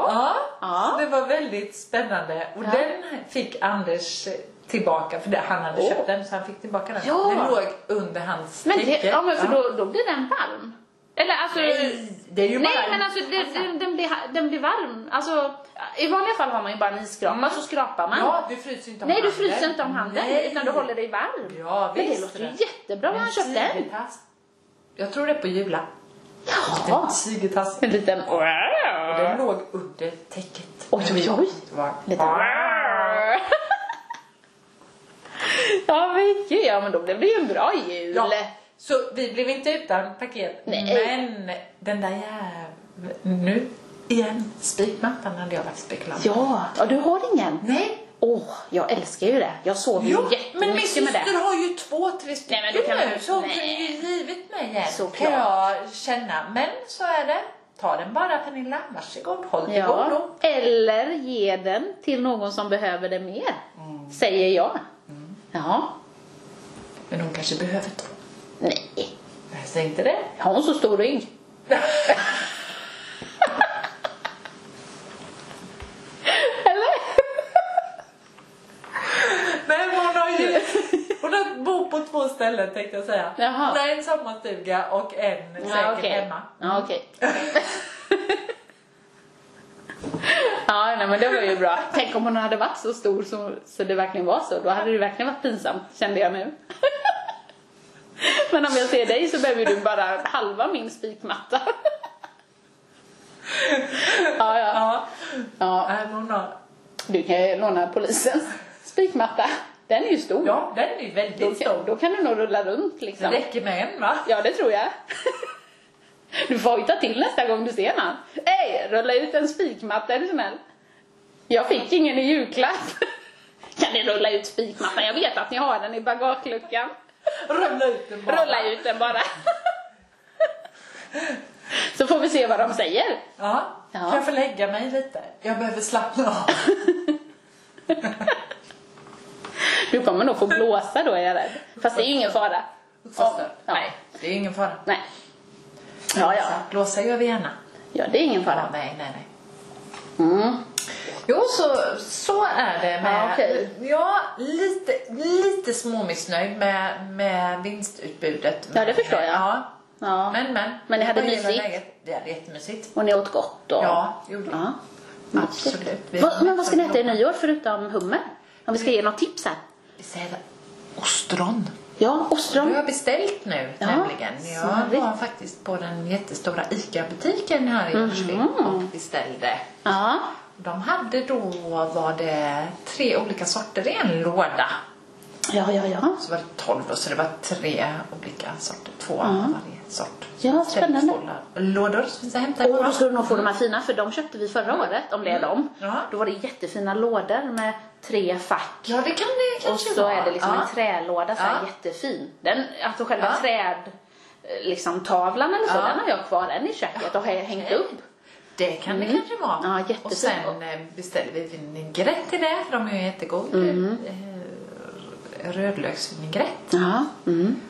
S2: Ja.
S1: Så det var väldigt spännande. Och
S2: Ja.
S1: den fick Anders tillbaka, för det, han hade
S2: Åh.
S1: köpt den så han fick tillbaka den.
S2: Ja.
S1: Den låg under hans
S2: Men, det,
S1: täcke.
S2: ja, men för då, då blir den varm. Eller alltså...
S1: Nej, det är ju
S2: Nej
S1: bara
S2: men
S1: en-
S2: alltså det, den, den, blir, den blir varm. Alltså, I vanliga fall har man ju bara en isskrapa så skrapar man.
S1: Mm. Ja, du fryser inte om
S2: Nej du
S1: handen.
S2: fryser inte om handen
S1: Nej.
S2: utan du håller dig varm.
S1: Ja,
S2: men det
S1: visst
S2: låter
S1: det.
S2: ju jättebra när
S1: En
S2: han köpte den.
S1: tigertass. Jag tror det är på Jula.
S2: Ja.
S1: En tigertass.
S2: En liten...
S1: Den låg under täcket.
S2: Oj, oj, oj.
S1: Det var-
S2: Lite... ja men gud, ja men då blev det ju en bra jul.
S1: Ja, så vi blev inte utan paket.
S2: Nej.
S1: Men den där jäv... Nu igen. Spikmattan hade jag varit spekulant.
S2: Ja, ja, du har ingen?
S1: Nej.
S2: Åh, jag älskar ju det. Jag sover ju
S1: Jo, men min
S2: jättemycket med det.
S1: syster har ju två, tre stycken
S2: Nej, men då kan man-
S1: nu. Så hon
S2: nej.
S1: kunde ju givit mig en.
S2: Såklart.
S1: Kan jag känna. Men så är det. Ta den bara Pernilla. Varsågod. Håll till
S2: Ja,
S1: godo.
S2: eller ge den till någon som behöver det mer.
S1: Mm.
S2: Säger jag. Ja.
S1: Men hon kanske behöver två.
S2: Nej.
S1: Jag tänkte det.
S2: Har hon så stor rygg?
S1: Men hon har ju... Hon har bor på två ställen tänkte jag säga.
S2: Jaha.
S1: Hon har en sommarstuga och en säkert
S2: okej.
S1: hemma.
S2: Ja, okej. ja, nej, men det var ju bra. Tänk om hon hade varit så stor så, så det verkligen var så. Då hade det verkligen varit pinsamt, kände jag nu. men om jag ser dig så behöver du bara halva min spikmatta. ja, ja.
S1: Ja.
S2: ja,
S1: Nej, men hon har...
S2: du kan ju låna polisens spikmatta. Den är ju stor.
S1: Ja, den är ju
S2: då,
S1: väldigt
S2: kan,
S1: stor.
S2: då kan du nog rulla runt
S1: Det
S2: liksom.
S1: räcker med en va?
S2: Ja, det tror jag. Du får hojta till nästa gång du ser han. Hej, rulla ut en spikmatta är du snäll. Jag fick ingen i julklapp. Kan ni rulla ut spikmattan? Jag vet att ni har den i bagageluckan.
S1: Rulla ut den bara.
S2: Rulla ut den bara. Så får vi se vad de säger.
S1: Ja.
S2: Ja.
S1: Kan jag få lägga mig lite? Jag behöver slappna av.
S2: Du kommer nog få blåsa då är jag rädd. Fast det är ju ingen fara.
S1: Fast,
S2: Ja.
S1: Nej, det är ingen fara.
S2: Nej. Ja, ja.
S1: Så, Blåsa gör vi gärna.
S2: Ja, det är ingen
S1: Ja,
S2: fara.
S1: nej, nej, nej.
S2: Mm.
S1: Jo, så, så är det med...
S2: Ja, okej.
S1: Ja, lite, lite småmissnöjd med, med vinstutbudet.
S2: Ja, det förstår jag.
S1: Ja.
S2: Ja.
S1: Men, men.
S2: Men ni hade
S1: Vad gillar
S2: mysigt.
S1: läget? Det hade jättemysigt.
S2: Och ni åt gott och...
S1: Ja, det gjorde vi.
S2: Ja.
S1: Absolut. Vi-
S2: Vad- men vad ska ni äta i nyår förutom hummer? Om vi ska ge något tips här.
S1: Vi säger ostron.
S2: Ja,
S1: Du
S2: ostron.
S1: har beställt nu
S2: Ja,
S1: nämligen.
S2: snarligt.
S1: Jag var faktiskt på den jättestora ICA-butiken här i Jönköping
S2: Mm.
S1: och beställde.
S2: Ja.
S1: De hade då, var det tre olika sorter i en låda.
S2: Ja, ja, ja.
S1: Så var det 12 och så det var tre olika sorter, två av varje sort.
S2: Mm. Ja, spännande.
S1: Två Lådor som finns att hämta
S2: Och
S1: på.
S2: då skulle du nog få de här fina, för de köpte vi förra året, om det är dem.
S1: Ja.
S2: Då var det jättefina lådor med tre fack.
S1: Ja, det kan det
S2: Och
S1: kanske
S2: så
S1: vara.
S2: är det liksom
S1: ja.
S2: en trälåda, så här
S1: Ja.
S2: jättefin. Den, alltså själva
S1: Ja.
S2: träd, eh, liksom tavlan eller så,
S1: Ja.
S2: den har jag kvar än i köket och har jag hängt
S1: Okej.
S2: upp.
S1: Det kan det
S2: Mm.
S1: kanske vara.
S2: Ja, jättefin.
S1: och sen eh, beställde vi vinägrett till det, för de är ju jättegoda.
S2: Mm.
S1: Eh, Rödlöksvinägrett.
S2: Ja. Mm.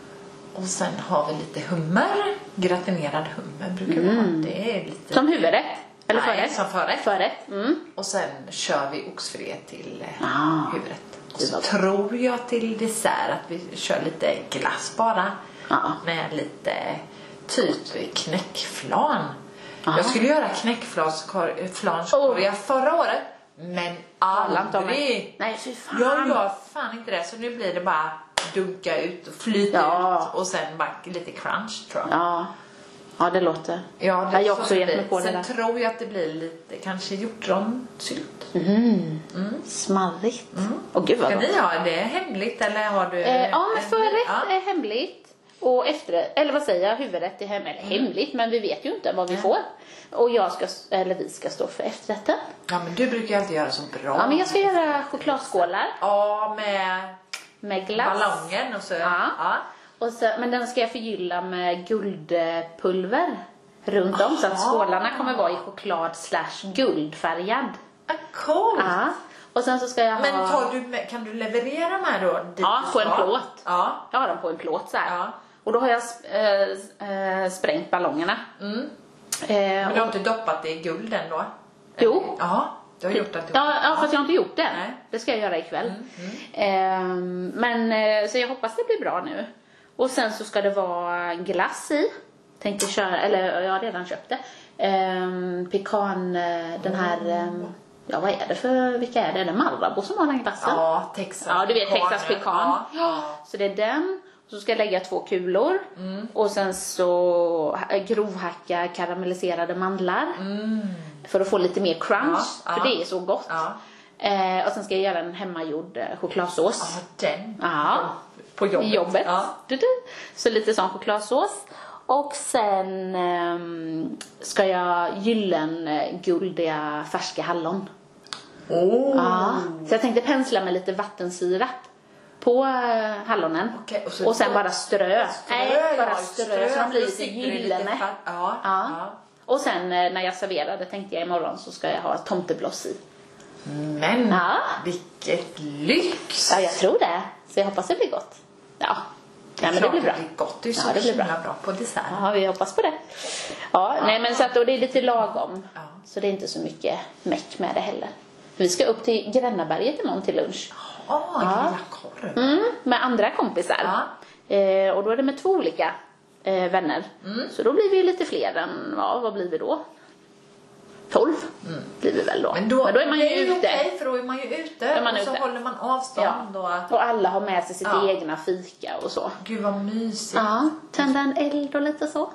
S1: Och sen har vi lite hummer. Gratinerad hummer brukar vi
S2: Mm.
S1: ha. Det är lite...
S2: Som huvudrätt. Eller
S1: Nej,
S2: förrätt.
S1: som förrätt.
S2: Förrätt. Mm.
S1: Och sen kör vi oxfilé till eh,
S2: Ah.
S1: huvudet. Och
S2: Det
S1: så
S2: var-
S1: tror jag till dessert att vi kör lite glass bara.
S2: Ja.
S1: Med lite typ knäckflan.
S2: Ah.
S1: Jag skulle göra knäckflanskorgar förra året. Men
S2: Alla inte har med-
S1: aldrig.
S2: Nej, fy fan.
S1: Jag gör fan inte det. Så nu blir det bara dunka ut och flyta
S2: Ja.
S1: ut. Och sen bara lite crunch tror jag.
S2: Ja. Ja, det låter.
S1: Ja,
S2: jag har också
S1: det
S2: gett
S1: blir.
S2: mig på det
S1: Sen
S2: där.
S1: tror jag att det blir lite kanske hjortronsylt.
S2: Smarrigt. Mm. Åh gud vad
S1: Ska
S2: gott.
S1: ni ha det hemligt eller har du?
S2: Eh, ja, men
S1: en-
S2: förrätt
S1: Ja.
S2: är hemligt. Och efterrätt, eller vad säger jag, huvudrätt är hem, eller
S1: Mm.
S2: hemligt, men vi vet ju inte vad vi får. Och jag ska, eller vi ska stå för efterrätten.
S1: ja, men du brukar ju alltid göra så bra.
S2: Ja, men jag ska göra chokladskålar
S1: Ja, med
S2: med glass.
S1: ballongen och så.
S2: Ja.
S1: Ja.
S2: Och sen, men den ska jag förgylla med guldpulver runt om så att
S1: Aha.
S2: skålarna kommer vara i choklad slash guldfärgad.
S1: Ah, cool.
S2: Ja. Och sen så ska jag ha...
S1: Men tar du med, kan du leverera med då? dit
S2: Ja,
S1: du
S2: på en
S1: ska?
S2: plåt.
S1: Ja.
S2: Jag har dem på en plåt så här.
S1: Ja.
S2: Och då har jag sp- eh, s- eh, sprängt ballongerna.
S1: Mm.
S2: Eh,
S1: Men du har inte doppat det i guld ändå?
S2: Jo. Typ
S1: Ja, du har gjort att du...
S2: Ja, ja, fast jag har inte gjort det.
S1: Nej. Mm,
S2: Det ska jag göra ikväll. Ehm, men eh, så jag hoppas det blir bra nu. Och sen så ska det vara glass i. Tänkte köra, eller jag har redan köpt det. Ehm, pekan, eh, den här, ehm, ja vad är det för, vilka är det? Är det Marabou som har den glassen?
S1: Ja, Texas
S2: Ja, du vet
S1: pecan.
S2: Texas pekan.
S1: liksom. Ja. Ja.
S2: Så det är den. Och så ska jag lägga två kulor.
S1: Mm.
S2: Och sen så ha- grovhacka karamelliserade mandlar. För att få lite mer crunch.
S1: Mm. Ja,
S2: För
S1: ja.
S2: det är så gott.
S1: Ja.
S2: Eh, och sen ska jag göra en hemmagjord eh, chokladsås.
S1: den.
S2: Ja.
S1: På jobbet.
S2: I jobbet.
S1: Ja.
S2: Du, du. Så lite sån chokladsås. Och sen ehm, ska jag gyllenguldiga färska hallon.
S1: Oh.
S2: Ja. Så jag tänkte pensla med lite vattensirap på eh, hallonen.
S1: Okej, och
S2: och,
S1: så-
S2: sen bara strö. Nej, bara
S1: ja,
S2: strö, så de blir
S1: då
S2: lite
S1: sitter det
S2: gyllene.
S1: fatt- Ja.
S2: Ja.
S1: ja.
S2: Och sen eh, när jag serverar, det tänkte jag imorgon, så ska jag ha tomtebloss i.
S1: Men
S2: Ja.
S1: vilket lyx!
S2: Ja, jag tror det. Så jag hoppas det blir gott. Ja, ja men det
S1: Klart
S2: blir bra.
S1: Det blir gott. Du är
S2: Ja,
S1: så
S2: det blir bra.
S1: himla bra på dessert.
S2: Ja, vi hoppas på det. Ja, nej men så att, och det är lite lagom.
S1: Ja.
S2: Så det är inte så mycket meck med det heller. Vi ska upp till Grännaberget imorgon till lunch.
S1: Åh,
S2: Ja.
S1: lilla korv.
S2: Mm, med andra kompisar. Eh, och då är det med två olika eh, vänner.
S1: Mm.
S2: Så då blir vi ju lite fler än, ja vad blir vi då? 12 blir vi väl då.
S1: Mm. Men då,
S2: är man ju
S1: det är
S2: ute.
S1: okej, för då är man ju ute
S2: är man
S1: och så
S2: ute.
S1: håller man
S2: Ja.
S1: avstånd. Och att,
S2: Och alla har med sig sitt
S1: Ja.
S2: egna fika och så.
S1: gud vad mysigt.
S2: Ja, tända en eld och lite så.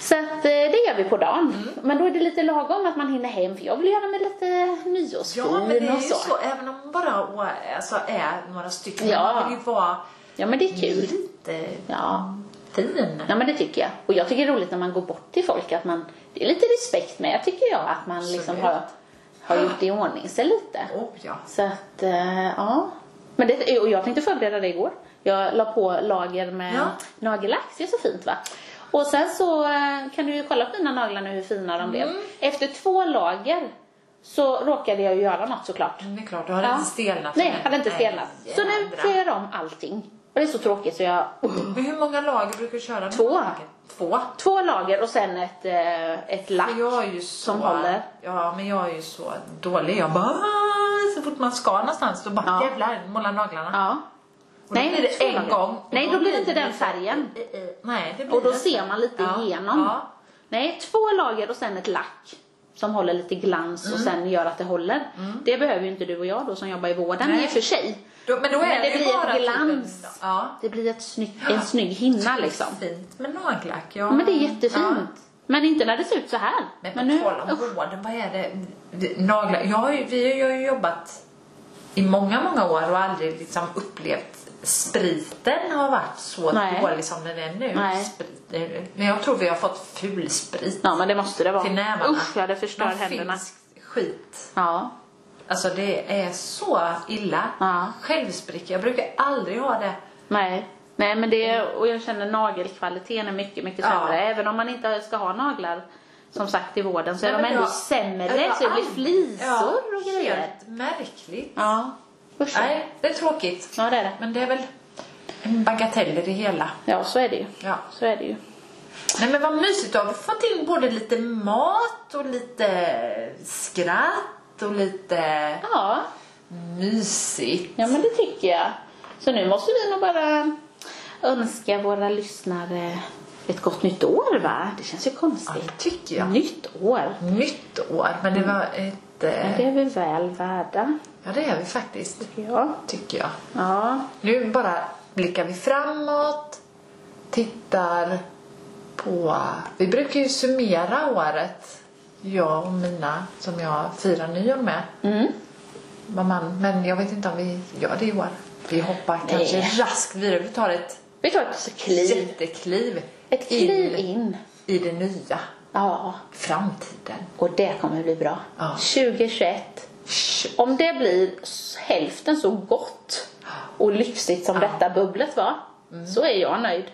S2: Så att eh, det gör vi på dagen.
S1: Mm.
S2: Men då är det lite lagom att man hinner hem för jag vill göra mig lite nyårsfin
S1: Ja, men det är
S2: och
S1: ju
S2: så.
S1: så. även om man bara å- alltså, är några stycken.
S2: Ja.
S1: Man vill ju vara
S2: Ja men det är kul.
S1: Mm. lite
S2: Ja.
S1: fin.
S2: ja, men det tycker jag. Och jag tycker det är roligt när man går bort till folk att man, det är lite respekt med tycker jag att man liksom
S1: Absolut.
S2: har, har gjort i ordning sig lite.
S1: Oh, ja.
S2: Så att, eh, ja. Men det, och jag tänkte förbereda det igår. Jag la på lager med
S1: Ja.
S2: nagellack. Det är så fint va? Och sen så eh, kan du ju kolla på mina naglar nu hur fina de blev.
S1: Mm.
S2: Efter två lager så råkade jag ju göra något såklart.
S1: Men Det är klart, du har inte stelnat.
S2: Nej,
S1: än.
S2: hade inte stelnat.
S1: Nej,
S2: Så nu
S1: jädra.
S2: får jag göra om allting. Och det är så tråkigt så jag...
S1: Men hur många lager brukar du köra?
S2: Två.
S1: Lager? Två?
S2: Två lager och sen ett, eh, ett lack.
S1: Men Jag är ju så,
S2: Som håller.
S1: Ja, men jag är ju så dålig. Jag bara "Ah", så fort man ska någonstans då bara
S2: Ja.
S1: jävlar, måla naglarna.
S2: Ja.
S1: Och då
S2: Nej,
S1: blir
S2: två
S1: det en
S2: lager.
S1: gång. och
S2: Nej, då blir det inte
S1: det
S2: den
S1: så-
S2: färgen.
S1: I- i- Nej, det blir
S2: Och då
S1: det så.
S2: ser man lite
S1: Ja,
S2: igenom.
S1: Ja.
S2: Nej, två lager och sen ett lack. Som håller lite glans
S1: Mm.
S2: och sen gör att det håller. Det behöver ju inte du och jag då som jobbar i vården
S1: Nej.
S2: i och för sig.
S1: Då, men då är
S2: Men det
S1: ju
S2: blir
S1: bara
S2: ett
S1: typ en-
S2: glans.
S1: ja.
S2: Det blir ett snygg, en snygg hinna liksom.
S1: Fint med nagellack. Ja.
S2: Ja, men det är
S1: Ja.
S2: jättefint. Men inte när det ser ut så här.
S1: Men på tal om
S2: usch.
S1: vården, vad är det? Vi- Naglar. Jag har ju, vi har ju jobbat i många, många år och aldrig liksom upplevt spriten har varit så
S2: Nej.
S1: dålig som den är nu.
S2: Nej.
S1: Sprit, eh, men jag tror vi har fått ful sprit
S2: Ja, men det måste det vara.
S1: till nävarna.
S2: Usch, ja, det förstör
S1: Någon
S2: händerna.
S1: finsk skit.
S2: Ja.
S1: Alltså det är så illa.
S2: Ja.
S1: Självspricka, jag brukar aldrig ha det.
S2: Nej. Nej, men det, och jag känner nagelkvaliteten är mycket, mycket
S1: Mm. Ja.
S2: sämre. Även om man inte ska ha naglar, som sagt, i vården så är
S1: Nej,
S2: de
S1: men
S2: ändå
S1: jag-
S2: sämre.
S1: jag
S2: Så det blir
S1: aldrig-
S2: flisor och
S1: ja,
S2: grejer.
S1: Helt märkligt.
S2: Ja. Usch.
S1: Nej, det är tråkigt.
S2: Ja, det är det.
S1: Men det är väl en bagatell i det hela.
S2: Ja, så är det ju.
S1: Ja.
S2: Så är det ju.
S1: Nej men vad mysigt, då har vi fått in både lite mat och lite skratt och lite
S2: Ja,
S1: mysigt.
S2: ja men det tycker jag. Så nu måste vi nog bara önska våra lyssnare ett gott nytt år va? Det känns ju
S1: Ja,
S2: konstigt.
S1: det tycker jag.
S2: Nytt år.
S1: Nytt år, men det var ett... eh,
S2: Det är vi väl värda,
S1: Ja det är vi faktiskt,
S2: tycker jag.
S1: tycker jag.
S2: Ja.
S1: Nu bara blickar vi framåt, tittar på... Vi brukar ju summera året, jag och mina, som jag firar nyår med.
S2: Mm.
S1: Mamman, men jag vet inte om vi gör det i år. Vi hoppar kanske
S2: Nej.
S1: raskt vidare. Vi tar ett
S2: Vi tar ett kliv.
S1: jättekliv
S2: Ett kliv
S1: in
S2: in.
S1: i det nya,
S2: Ja,
S1: framtiden.
S2: och det kommer bli bra.
S1: Ja.
S2: 2021.
S1: Shh.
S2: Om det blir s- hälften så gott och lyxigt som detta bubblet var,
S1: Mm.
S2: så är jag nöjd.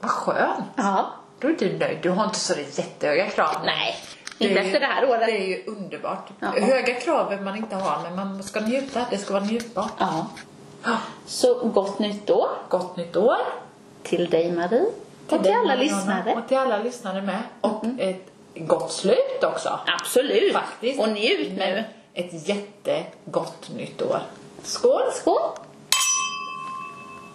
S1: Vad skönt!
S2: Ja.
S1: Då är du nöjd. Du har inte så där jättehöga krav.
S2: Nej,
S1: är
S2: inte
S1: ju-
S2: efter det här året.
S1: Det är ju underbart.
S2: Ja.
S1: Höga krav vill man inte ha, men man ska njuta. Det ska vara njutbart.
S2: Ja. Så gott nytt år
S1: Gott nytt år!
S2: till dig Marie och till
S1: dig,
S2: alla
S1: Mariana,
S2: lyssnare. Mm-hmm.
S1: Och till alla lyssnare med. Och ett gott slut också.
S2: Absolut!
S1: Faktiskt. Mm.
S2: Och njut nu.
S1: Ett jättegott nytt år. Skål!
S2: Skål!